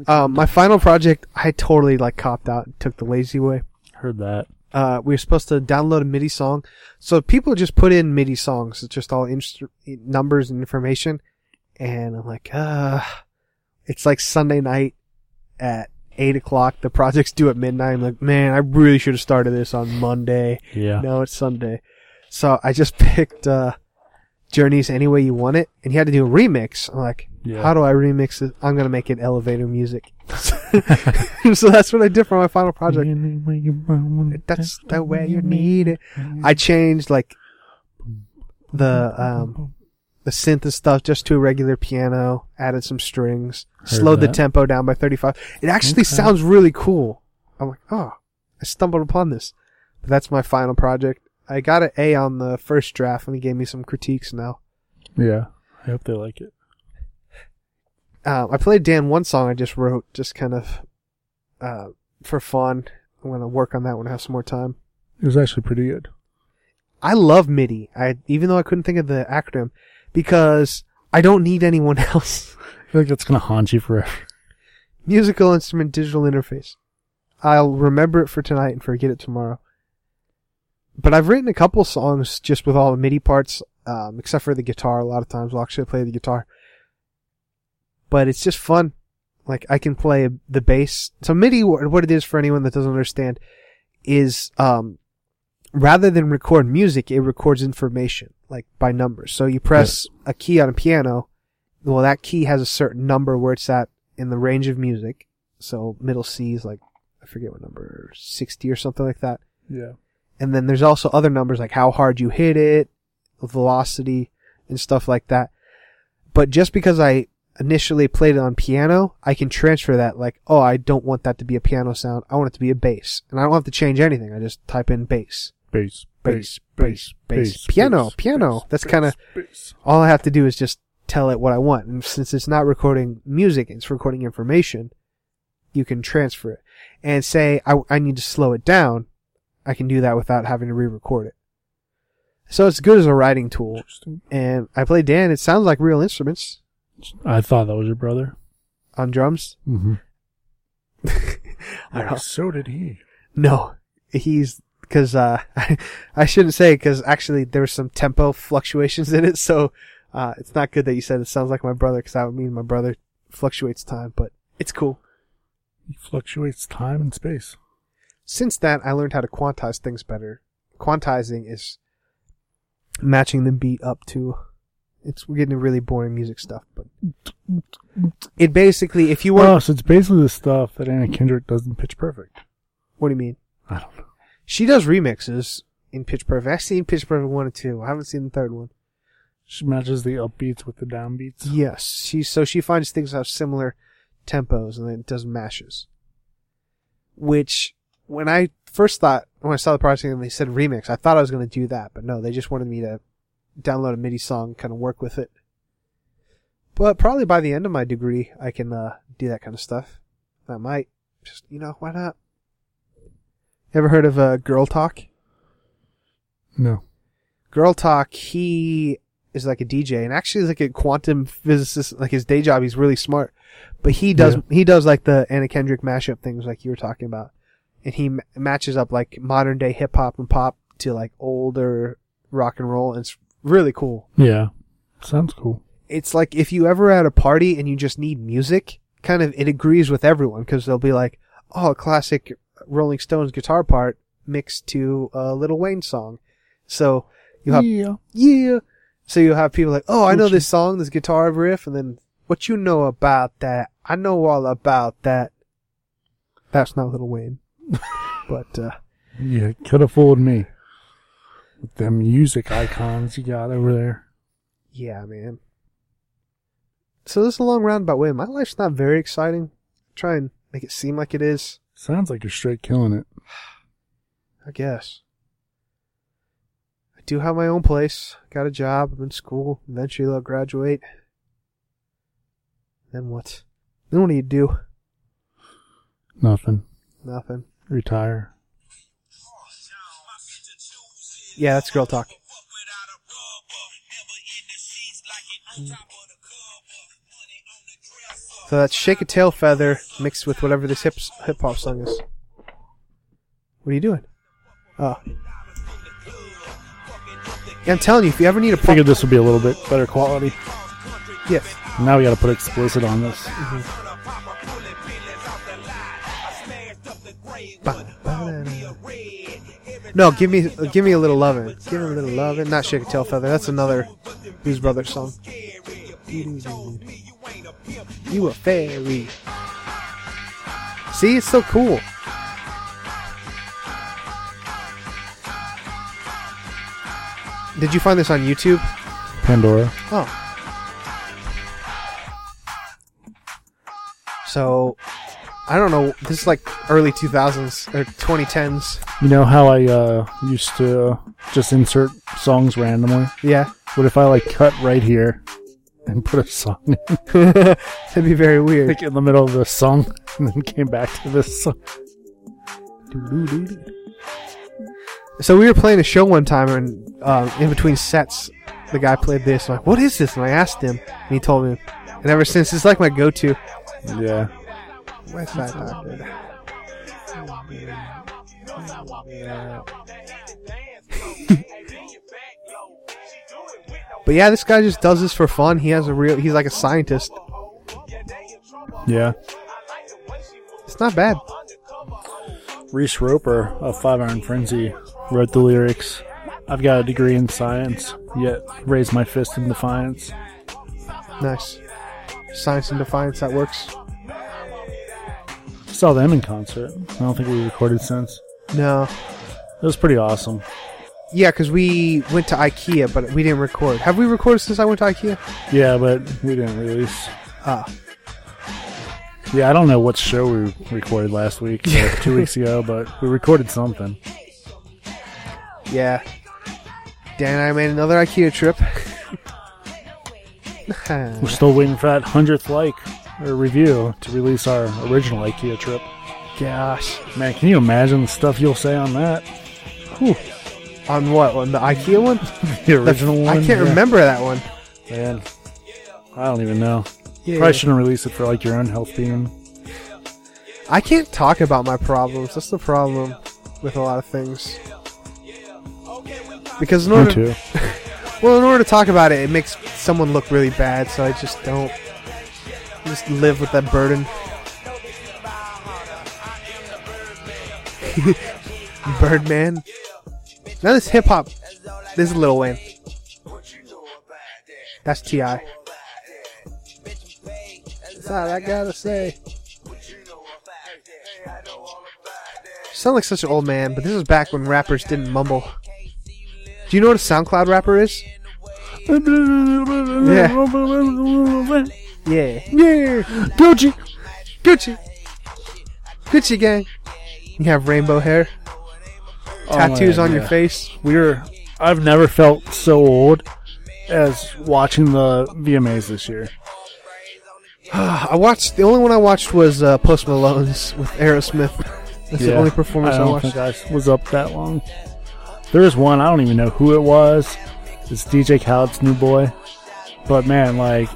Um, my final project, I totally like copped out and took the lazy way. Heard that. Uh, we were supposed to download a MIDI song, so people just put in MIDI songs. It's just all instru- numbers and information, and I'm like, uh, it's like Sunday night at eight o'clock. The project's due at midnight. I'm like, man, I really should have started this on Monday. Yeah. No, it's Sunday. So I just picked uh Journey's Any Way You Want It and he had to do a remix. I'm like, Yeah. how do I remix it? I'm gonna make it elevator music. so that's what I did for my final project. That's the way you need it. I changed like the um the synth and stuff just to a regular piano, added some strings, Heard slowed the that. tempo down by 35. It actually Okay. sounds really cool. I'm like, oh, I stumbled upon this. But that's my final project. I got an A on the first draft and he gave me some critiques now. Yeah. I hope they like it. Um, I played Dan one song I just wrote just kind of uh, for fun. I'm going to work on that when I have some more time. It was actually pretty good. I love MIDI. I even though I couldn't think of the acronym because I don't need anyone else. I feel like that's gonna haunt you forever. Musical instrument digital interface. I'll remember it for tonight and forget it tomorrow. But I've written a couple songs just with all the MIDI parts, um, except for the guitar. A lot of times I'll actually play the guitar. But it's just fun. Like I can play the bass. So MIDI, wh- what it is for anyone that doesn't understand, is um, rather than record music, it records information, like by numbers. So you press a key on a piano. Well, that key has a certain number where it's at in the range of music. So middle C is like, I forget what number, 60 or something like that. Yeah. And then there's also other numbers like how hard you hit it, velocity, and stuff like that. But just because I initially played it on piano, I can transfer that like, oh, I don't want that to be a piano sound. I want it to be a bass. And I don't have to change anything. I just type in bass. Bass, Bass, bass, bass. Piano, piano. That's kinda- bass. All I have to do is just tell it what I want. And since it's not recording music, it's recording information, you can transfer it. And say, I, I need to slow it down, I can do that without having to re-record it. So it's good as a writing tool. Interesting. And I play Dan, it sounds like real instruments I thought that was your brother. on drums. Mm-hmm. I don't- so did he. No, he's, cause, uh, I shouldn't say, cause actually there was some tempo fluctuations in it, so, uh, it's not good that you said it sounds like my brother, cause that would mean my brother fluctuates time, but it's cool. He fluctuates time and space. since then I learned how to quantize things better. Quantizing is matching the beat up to it's we're getting really boring music stuff, but it basically if you want Oh, so it's basically the stuff that Anna Kendrick does in Pitch Perfect. what do you mean? I don't know. She does remixes in Pitch Perfect. I've seen Pitch Perfect one and two. I haven't seen the third one. She matches the upbeats with the downbeats. Yes. She so she finds things that have similar tempos and then does mashes. Which when I first thought when I saw the project and they said remix, I thought I was gonna do that, but no, they just wanted me to download a MIDI song, kinda work with it. But probably by the end of my degree I can uh do that kind of stuff. I might. Just you know, why not? Ever heard of uh, girl talk? No. Girl Talk, he is like a DJ and actually is like a quantum physicist. Like his day job, he's really smart, but he does Yeah. he does like the Anna Kendrick mashup things like you were talking about, and he m- matches up like modern day hip hop and pop to like older rock and roll, and it's really cool. Yeah. Sounds cool. It's like if you ever at a party and you just need music, kind of it agrees with everyone because they'll be like, oh, a classic Rolling Stones guitar part mixed to a Little Wayne song, so you have yeah. yeah. So you'll have people like, oh, I know What this song, this guitar riff, and then what you know about that? I know all about that. That's not Little Wayne, but uh, Yeah, could have fooled me. With them music icons you got over there. yeah, man. So this is a long roundabout way. My life's not very exciting. Try and make it seem like it is. Sounds like you're straight killing it. I guess. I do have my own place. Got a job. I'm in school. Eventually I'll graduate. Then what? Then what do you do? Nothing. Nothing. Retire. Yeah, that's girl talk. So that's Shake a Tail Feather mixed with whatever this hip hip hop song is. What are you doing? Oh. Yeah, I'm telling you, if you ever need a I pro- figured this would be a little bit better quality. yeah, Now we gotta put explicit on this. Ba- ba- da- da. No, give me give me a little lovin'. Give me a little lovin'. Not Shake a Tail Feather. That's another Blues Brothers song. You a fairy. See, it's so cool. Did you find this on YouTube? Pandora. Oh. So, I don't know. This is like early 2000s or 2010s. You know how I uh, used to just insert songs randomly? Yeah. What if I like cut right here and put a song in? That'd be very weird. like in the middle of the song and then came back to this song. Doo-doo-doo-doo. So we were playing a show one time, and um, in between sets, the guy played this. I'm like, what is this? And I asked him, and he told me. And ever since, it's like my go-to. Yeah. West Side Doctor. But yeah, this guy just does this for fun. He has a real. He's like a scientist. Yeah. It's not bad. Reese Roper of Five Iron Frenzy wrote the lyrics. I've got a degree in science, yet raise my fist in defiance. Nice. Science and Defiance. That works. Saw them in concert. I don't think we recorded since. No. It was pretty awesome. Yeah, because we went to IKEA, but we didn't record. Have we recorded since I went to IKEA? Yeah, but we didn't release. Ah. Yeah, I don't know what show we recorded last week, or two weeks ago, but we recorded something. Yeah. Dan and I made another IKEA trip. Oh We're still waiting for that hundredth like or review to release our original IKEA trip. Gosh. Man, can you imagine the stuff you'll say on that? On what? On the IKEA one? The original The- one. I can't Yeah. remember that one. Man, I don't even know. Yeah. Probably shouldn't release it for like your own health theme. I can't talk about my problems. That's the problem with a lot of things. Because in order, well, in order to talk about it, it makes someone look really bad. So I just don't I just live with that burden. Birdman. Now this hip hop. This is Lil Wayne. That's Ti. That's all I gotta say. sound like such an old man, but this is back when rappers didn't mumble. Do you know what a SoundCloud rapper is? Yeah. Yeah. Gucci. Gucci. Gucci gang. You have rainbow hair, tattoos man, on your yeah. face. We were. I've never felt so old as watching the VMAs this year. I watched the only one I watched was uh, Post Malone's with Aerosmith. That's the Yeah. only performance I, I don't watched. think I was up that long. There was one I don't even know who it was. It's DJ Khaled's new boy, but man, like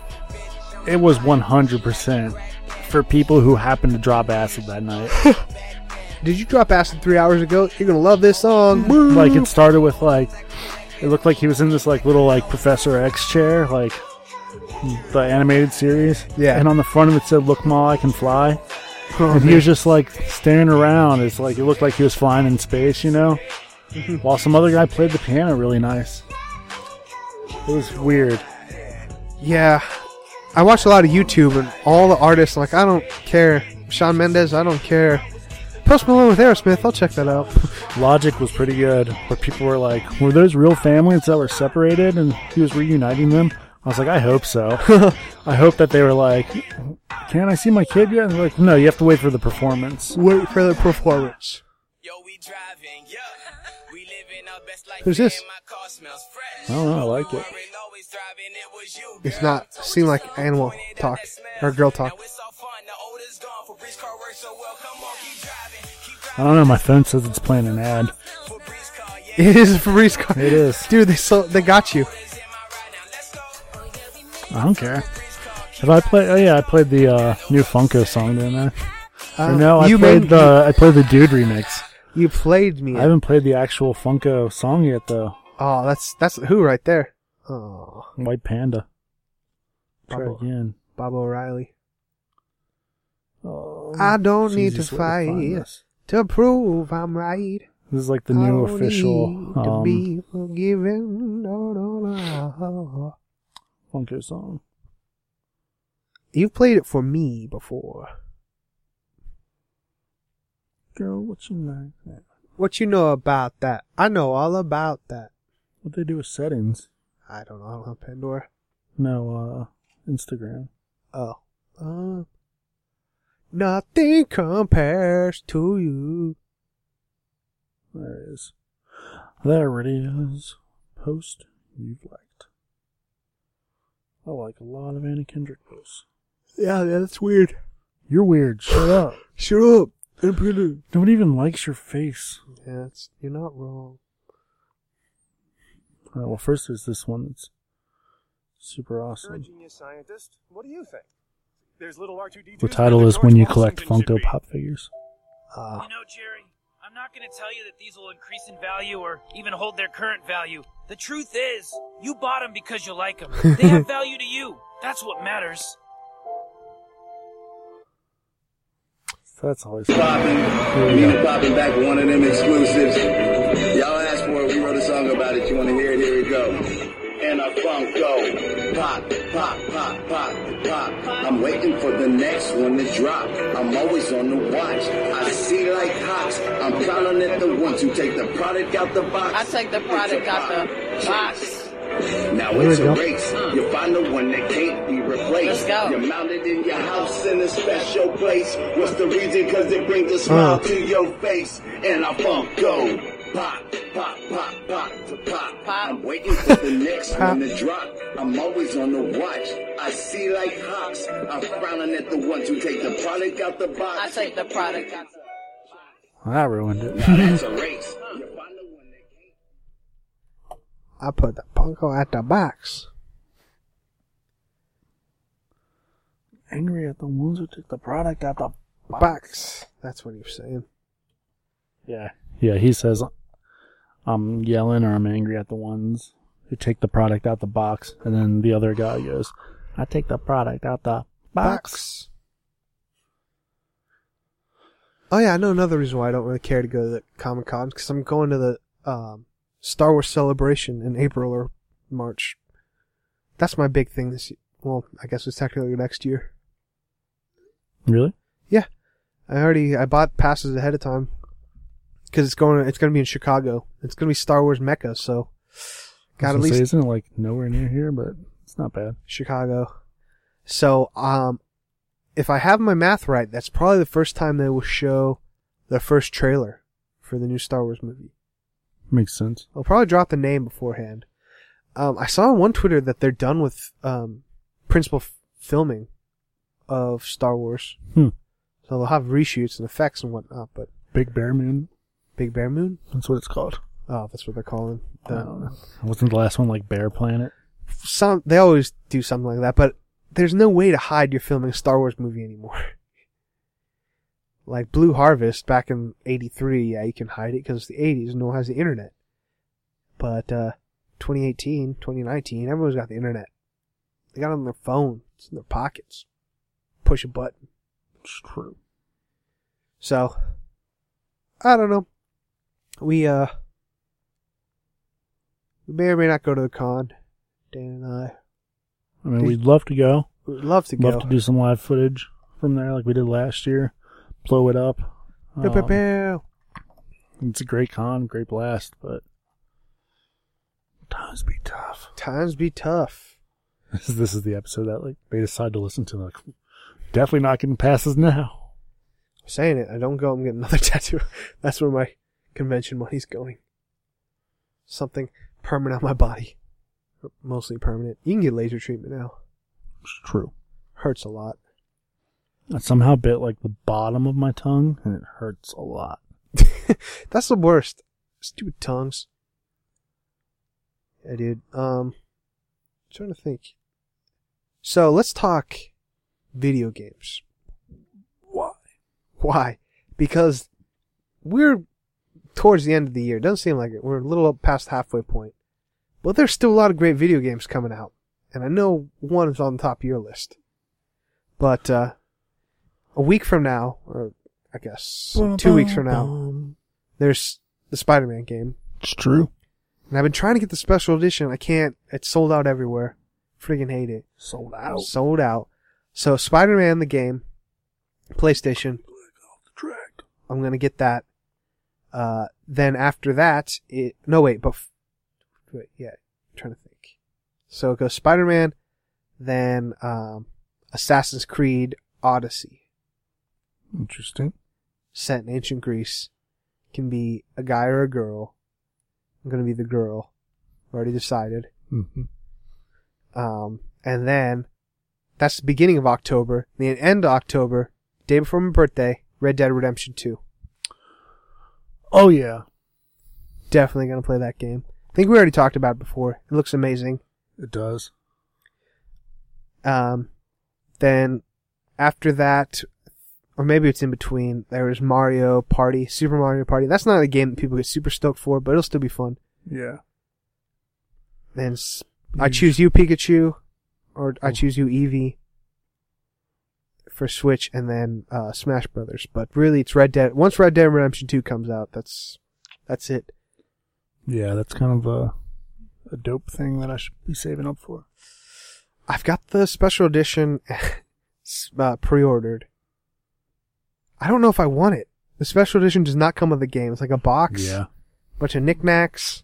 it was 100 percent for people who happened to drop acid that night. Did you drop acid three hours ago? You're gonna love this song. Woo. like it started with like it looked like he was in this like little like Professor X chair, like the animated series. Yeah. Oh, And on the front of it said, "Look, Ma, I can fly." and he was just like staring around. It's like it looked like he was flying in space, you know. While some other guy played the piano really nice. It was weird. Yeah, I watch a lot of YouTube and all the artists. Like I don't care. Sean Mendes, I don't care. Post Malone with Aerosmith, I'll check that out. Logic was pretty good, where people were like, "Were those real families that were separated?" And he was reuniting them. I was like, "I hope so. I hope that they were like, can I see my kid yet?" And they're like, "No, you have to wait for the performance." Wait for the performance. Yo, we driving, yeah. We living our best life. Who's this? and My car smells fresh. I don't know. I like it. Weren't always driving, it was you. It's not seem like animal talk or girl talk. Now it's all fun. The odor's gone. Febreze car works so well. Come on, keep driving. Keep I don't know. My phone says it's playing an ad. driving. Febreze car, yeah. It is a Febreze car. It is. dude. They so they got you. It's in my ride now. Let's go. I don't care. If I play, oh yeah, I played the uh, new Funko song, didn't I? Or no, I Uh, you played made- the I played the Dude remix. You played me. I haven't played the actual Funko song yet, though. oh, that's that's who right there. Oh, White Panda. Try Bubble. again. Bob O'Reilly. Oh, I don't need Jesus, to where find fight. this? To prove I'm right. This is like the new I don't official need to um, be forgiven. No, no, no. Funko song. You played it for me before. Girl, what's your name? What What you know about that? I know all about that. they do with settings? I don't know. I don't have Pandora. No, uh, Instagram. Oh. Uh, nothing compares to you. There it is. There it is. Post you've liked. I like a lot of Anna Kendrick posts. Yeah, yeah, that's weird. You're weird. Shut up. Shut up. I'm pretty. Nobody even likes your face. Yeah, it's, you're not wrong. Alright, well, first there's this one that's super awesome. genius scientist. What do you think? There's little R2D2. The title is When You Collect Funko Pop Figures. Uh, You know, Jerry, I'm not going to tell you that these will increase in value or even hold their current value. The truth is, you bought them because you like them. They have value to you. That's what matters. That's always Poppin', me and Poppin' back with one of them exclusives. Y'all asked for it, we wrote a song about it. You wanna hear it? Here we go. And a funk go. Pop, pop, pop, pop, pop. I'm waiting for the next one to drop. I'm always on the watch. I see like hawks. I'm counting at the ones who take the product out the box. I take the product It's a out the pop. box. Now There it's we go. a race. You find the one that can't be replaced. Let's go. You're mounted in your house in a special place. What's the reason? Cause it brings a smile Huh. to your face. And I funk go. Pop, pop, pop, pop, to pop. Pop. I'm waiting for the next one to drop. I'm always on the watch. I see like hawks. I'm frowning at the ones who take the product out the box. I take the product out the I ruined it. Now that's a race. You find the one that can't. I put the punko at the box. Angry at the ones who took the product out the Box. That's what he was saying. Yeah. Yeah, he says, I'm yelling or I'm angry at the ones who take the product out the box. And then the other guy goes, I take the product out the box. Oh yeah, I know another reason why I don't really care to go to the Comic Con because I'm going to the um, Star Wars Celebration in April or March. That's my big thing this. y- Well, I guess it's technically next year. Really? Yeah, I already I bought passes ahead of time because it's going. It's going to be in Chicago. It's going to be Star Wars Mecca, so got I at was gonna least say, isn't it like nowhere near here, but it's not bad. Chicago. So, um, if I have my math right, that's probably the first time they will show the first trailer for the new Star Wars movie. Makes sense. I'll probably drop the name beforehand. Um, I saw on one Twitter that they're done with um, principal f- filming of Star Wars, Hmm. so they'll have reshoots and effects and whatnot. But Big Bear Moon. Big Bear Moon, That's what it's called. Um, oh, that's what they're calling. I The, don't know. Wasn't the last one like Bear Planet? some they always do something like that, but there's no way to hide you're filming a Star Wars movie anymore. like Blue Harvest back in '83, yeah, you can hide it because it's the '80s, no one has the internet. But uh, 2018, 2019, everyone's got the internet. They got it on their phone, it's in their pockets. Push a button. It's true. So, I don't know. We, uh, we may or may not go to the con. Dan and I I mean, we'd love to go. would love to go. Love to do some live footage from there like we did last year. Blow it up. Pew, pew, Um, pew. It's a great con, great blast, but times be tough. Times be tough. This is this is the episode that like they decide to listen to. Like, definitely not getting passes now. I'm saying it, I don't go. I'm getting another tattoo. That's where my convention money's going. Something permanent on my body, mostly permanent. You can get laser treatment now. It's true. Hurts a lot. I somehow bit like the bottom of my tongue, and it hurts a lot. That's the worst. Stupid tongues. Yeah, dude. Um, trying to think. So let's talk video games. Why? Why? Because we're towards the end of the year. Doesn't seem like it. We're a little up past halfway point. But there's still a lot of great video games coming out, and I know one is on the top of your list. But uh, a week from now, or I guess two weeks from now, there's the Spider-Man game, It's true. and I've been trying to get the special edition. I can't. It's sold out everywhere. Friggin' hate it. Sold out. Sold out. So Spider-Man the game, PlayStation. I'm gonna get that. Uh, then after that, it no wait, but f- wait, yeah, I'm trying to think. So it goes Spider-Man, then um, Assassin's Creed Odyssey, Interesting. set in ancient Greece, can be a guy or a girl. I'm gonna be the girl. Already decided. hmm Um, and then that's the beginning of October. The end of October, day before my birthday, Red Dead Redemption 2. Oh yeah, Definitely gonna play that game. I think we already talked about it before. It looks amazing. it does. Um, then after that, or maybe it's in between. There was Mario Party, Super Mario Party. That's not a game that people get super stoked for, but it'll still be fun. Yeah. Then s- I choose you, Pikachu, or I choose you, Eevee, for Switch, and then uh, Smash Brothers. But really, it's Red Dead. Once Red Dead Redemption Two comes out, that's that's it. Yeah, that's kind of a, a dope thing that I should be saving up for. I've got the special edition s- uh, pre-ordered. I don't know if I want it. The special edition does not come with a game. It's like a box, Yeah. bunch of knickknacks,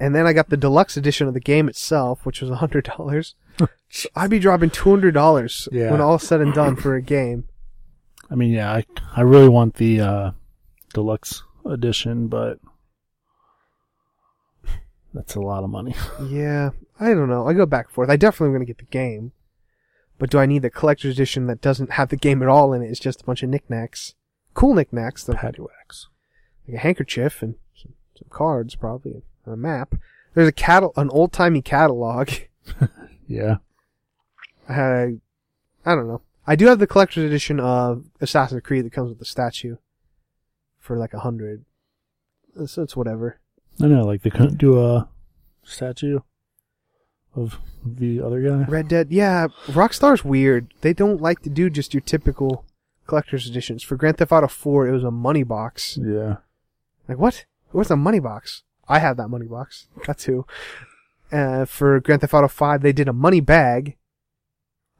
and then I got the deluxe edition of the game itself, which was hundred dollars. so I'd be dropping two hundred dollars Yeah. when all said and done for a game. I mean, yeah, I, I really want the uh, deluxe edition, but that's a lot of money. Yeah, I don't know. I go back and forth. I definitely am going to get the game, but do I need the collector's edition that doesn't have the game at all in it? It's just a bunch of knickknacks, cool knickknacks. that- Patty wax. like a handkerchief and some, some cards probably and a map. There's a catal an old timey catalog. Yeah. I I don't know. I do have the collector's edition of Assassin's Creed that comes with the statue for like a hundred. So it's whatever. I know, like they couldn't do a statue of the other guy. Red Dead, yeah. Rockstar's weird. They don't like to do just your typical collector's editions. For Grand Theft Auto 4, it was a money box. Yeah. Like what? Where's the money box? I have that money box. That's who. Uh, for Grand Theft Auto Five, they did a money bag.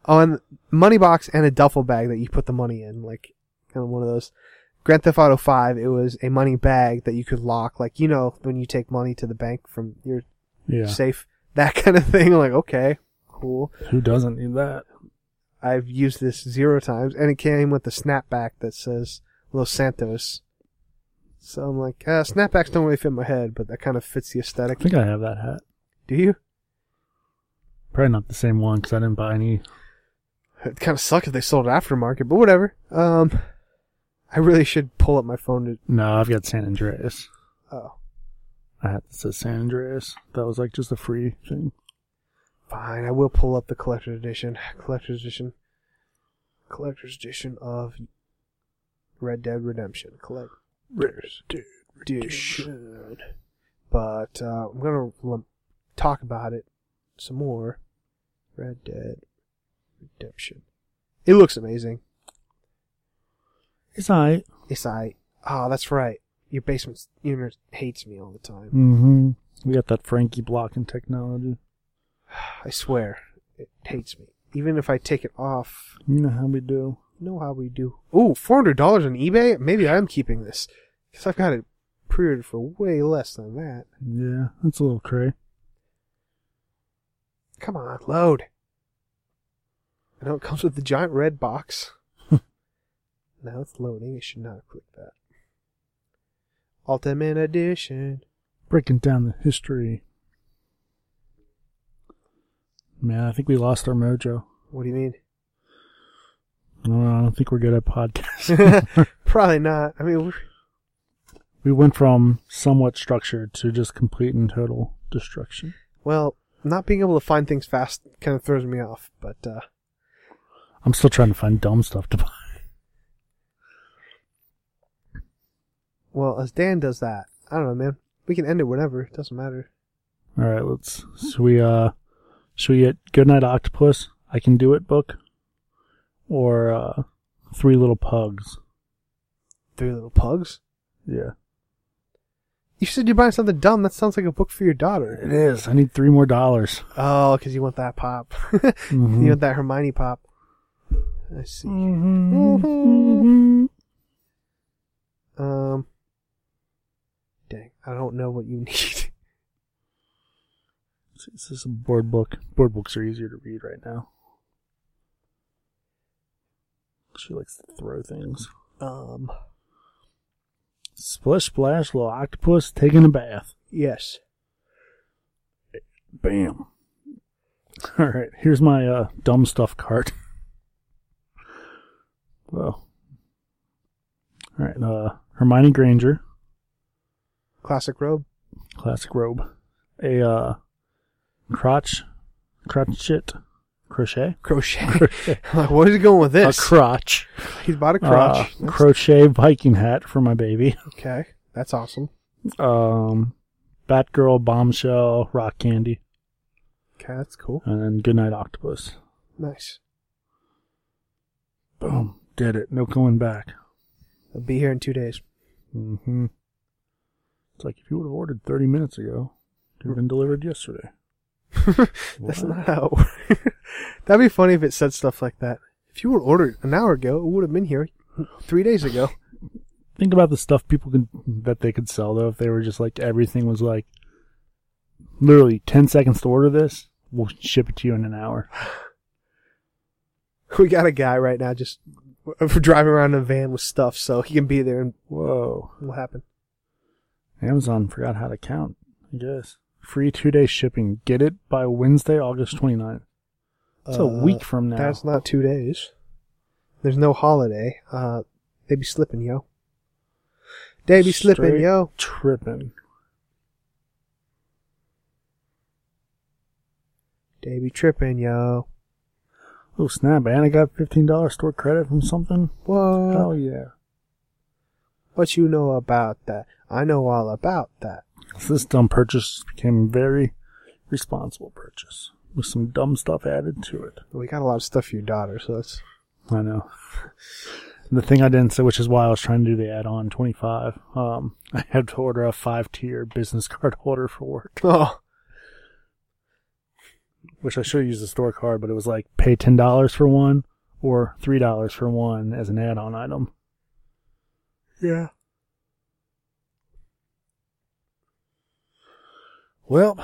On money box and a duffel bag that you put the money in, like kind of one of those. Grand Theft Auto Five, it was a money bag that you could lock, like you know when you take money to the bank from your Yeah. safe, that kind of thing. Like okay, cool. Who doesn't need that? I've used this zero times, and it came with a snapback that says Los Santos. So I'm like, uh, snapbacks don't really fit my head, but that kind of fits the aesthetic. I think I have that hat. Do you? Probably not the same one because I didn't buy any. It kind of sucked if they sold it aftermarket, but whatever. Um, I really should pull up my phone to. No, I've got San Andreas. Oh, I had that says San Andreas. That was like just a free thing. fine. I will pull up the collector's edition. Collector's edition. Collector's edition of Red Dead Redemption. Collect. Rares. Dude. Dude, should. But uh, I'm gonna l- talk about it some more. Red Dead Redemption. It looks amazing. It's alright. It's I. Oh, that's right. Your basement unit hates me all the time. Mm-hmm. We got that Frankie blocking technology. I swear, it hates me. Even if I take it off, You know how we do. you know how we do. Ooh, four hundred dollars on eBay. Maybe I am keeping this because I've got it pre-ordered for way less than that. Yeah, that's a little cray. Come on, load. I know it comes with the giant red box. now it's loading. It should not have clicked that. Ultimate Edition. Breaking down the history. Man, I think we lost our mojo. What do you mean? I don't, know, I don't think we're good at podcasts. Probably not. I mean, we- we went from somewhat structured to just complete and total destruction. well, not being able to find things fast kind of throws me off. But uh, I'm still trying to find dumb stuff to buy. well, as Dan does that, I don't know, man. We can end it whenever. It doesn't matter. All right, let's. Should we? Uh, should we get Goodnight Octopus? I can do it book, or uh, Three Little Pugs. Three little pugs. Yeah, You said you're buying something dumb. That sounds like a book for your daughter. it is. I need three more dollars. Oh, because you want that pop. Mhm. You want that Hermione pop. I see. Mm. Um. Dang, I don't know what you need. This is a board book. Board books are easier to read right now. She likes to throw things. Um. Splish splash, little octopus taking a bath. Yes. Bam. All right, here's my uh, dumb stuff cart. Well, all right. Uh, Hermione Granger, Classic robe. classic robe, a uh, crotch, crotchet, crochet. Crochet. I'm like, where's he going with this? A crotch. He's bought a crotch. Uh, That's- crochet Viking hat for my baby. okay, that's awesome. Um, Batgirl, Bombshell, Rock Candy, Okay, that's cool. and then Goodnight Octopus. Nice. Boom. Did it. No going back. I'll be here in two days. hmm It's like if you would have ordered 30 minutes ago, it would have been delivered yesterday. That's not how. it works. That'd be funny if it said stuff like that. If you were ordered an hour ago, it would have been here three days ago. Think about the stuff people can that they could sell though if they were just like everything was like literally 10 seconds to order this, we'll ship it to you in an hour. We got a guy right now just for driving around in a van with stuff, so he can be there and Whoa. it'll happen. Amazon forgot how to count, I guess. Free 2-day shipping. Get it by Wednesday, August 29th. It's a week from now. Uh, That's not two days. There's no holiday. Uh, they be slipping, yo. They be slipping, Straight yo. Tripping. They be tripping, yo. Oh snap, and I got $15 store credit from something. What? Hell yeah. What you know about that? I know all about that. So this dumb purchase became a very responsible purchase with some dumb stuff added to it. We got a lot of stuff for your daughter, so that's I know. The thing I didn't say, which is why I was trying to do the add-on 25, um, I had to order a five-tier business card holder for work, oh, which I should have used the store card, but it was like pay $10 for one or $3 for one as an add-on item. yeah. Well,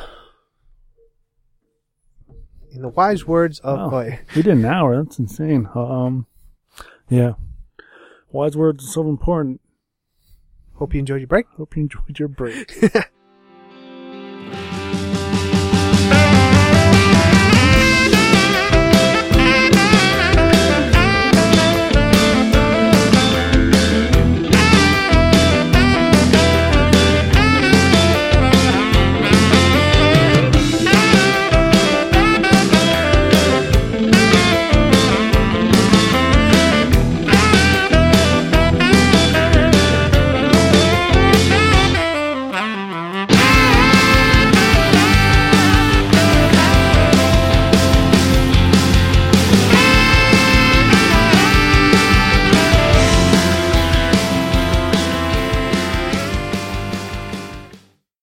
In the wise words of Wow. boy, Oh. We did an hour. That's insane. Um, yeah. Wise words are so important. hope you enjoyed your break. Hope you enjoyed your break.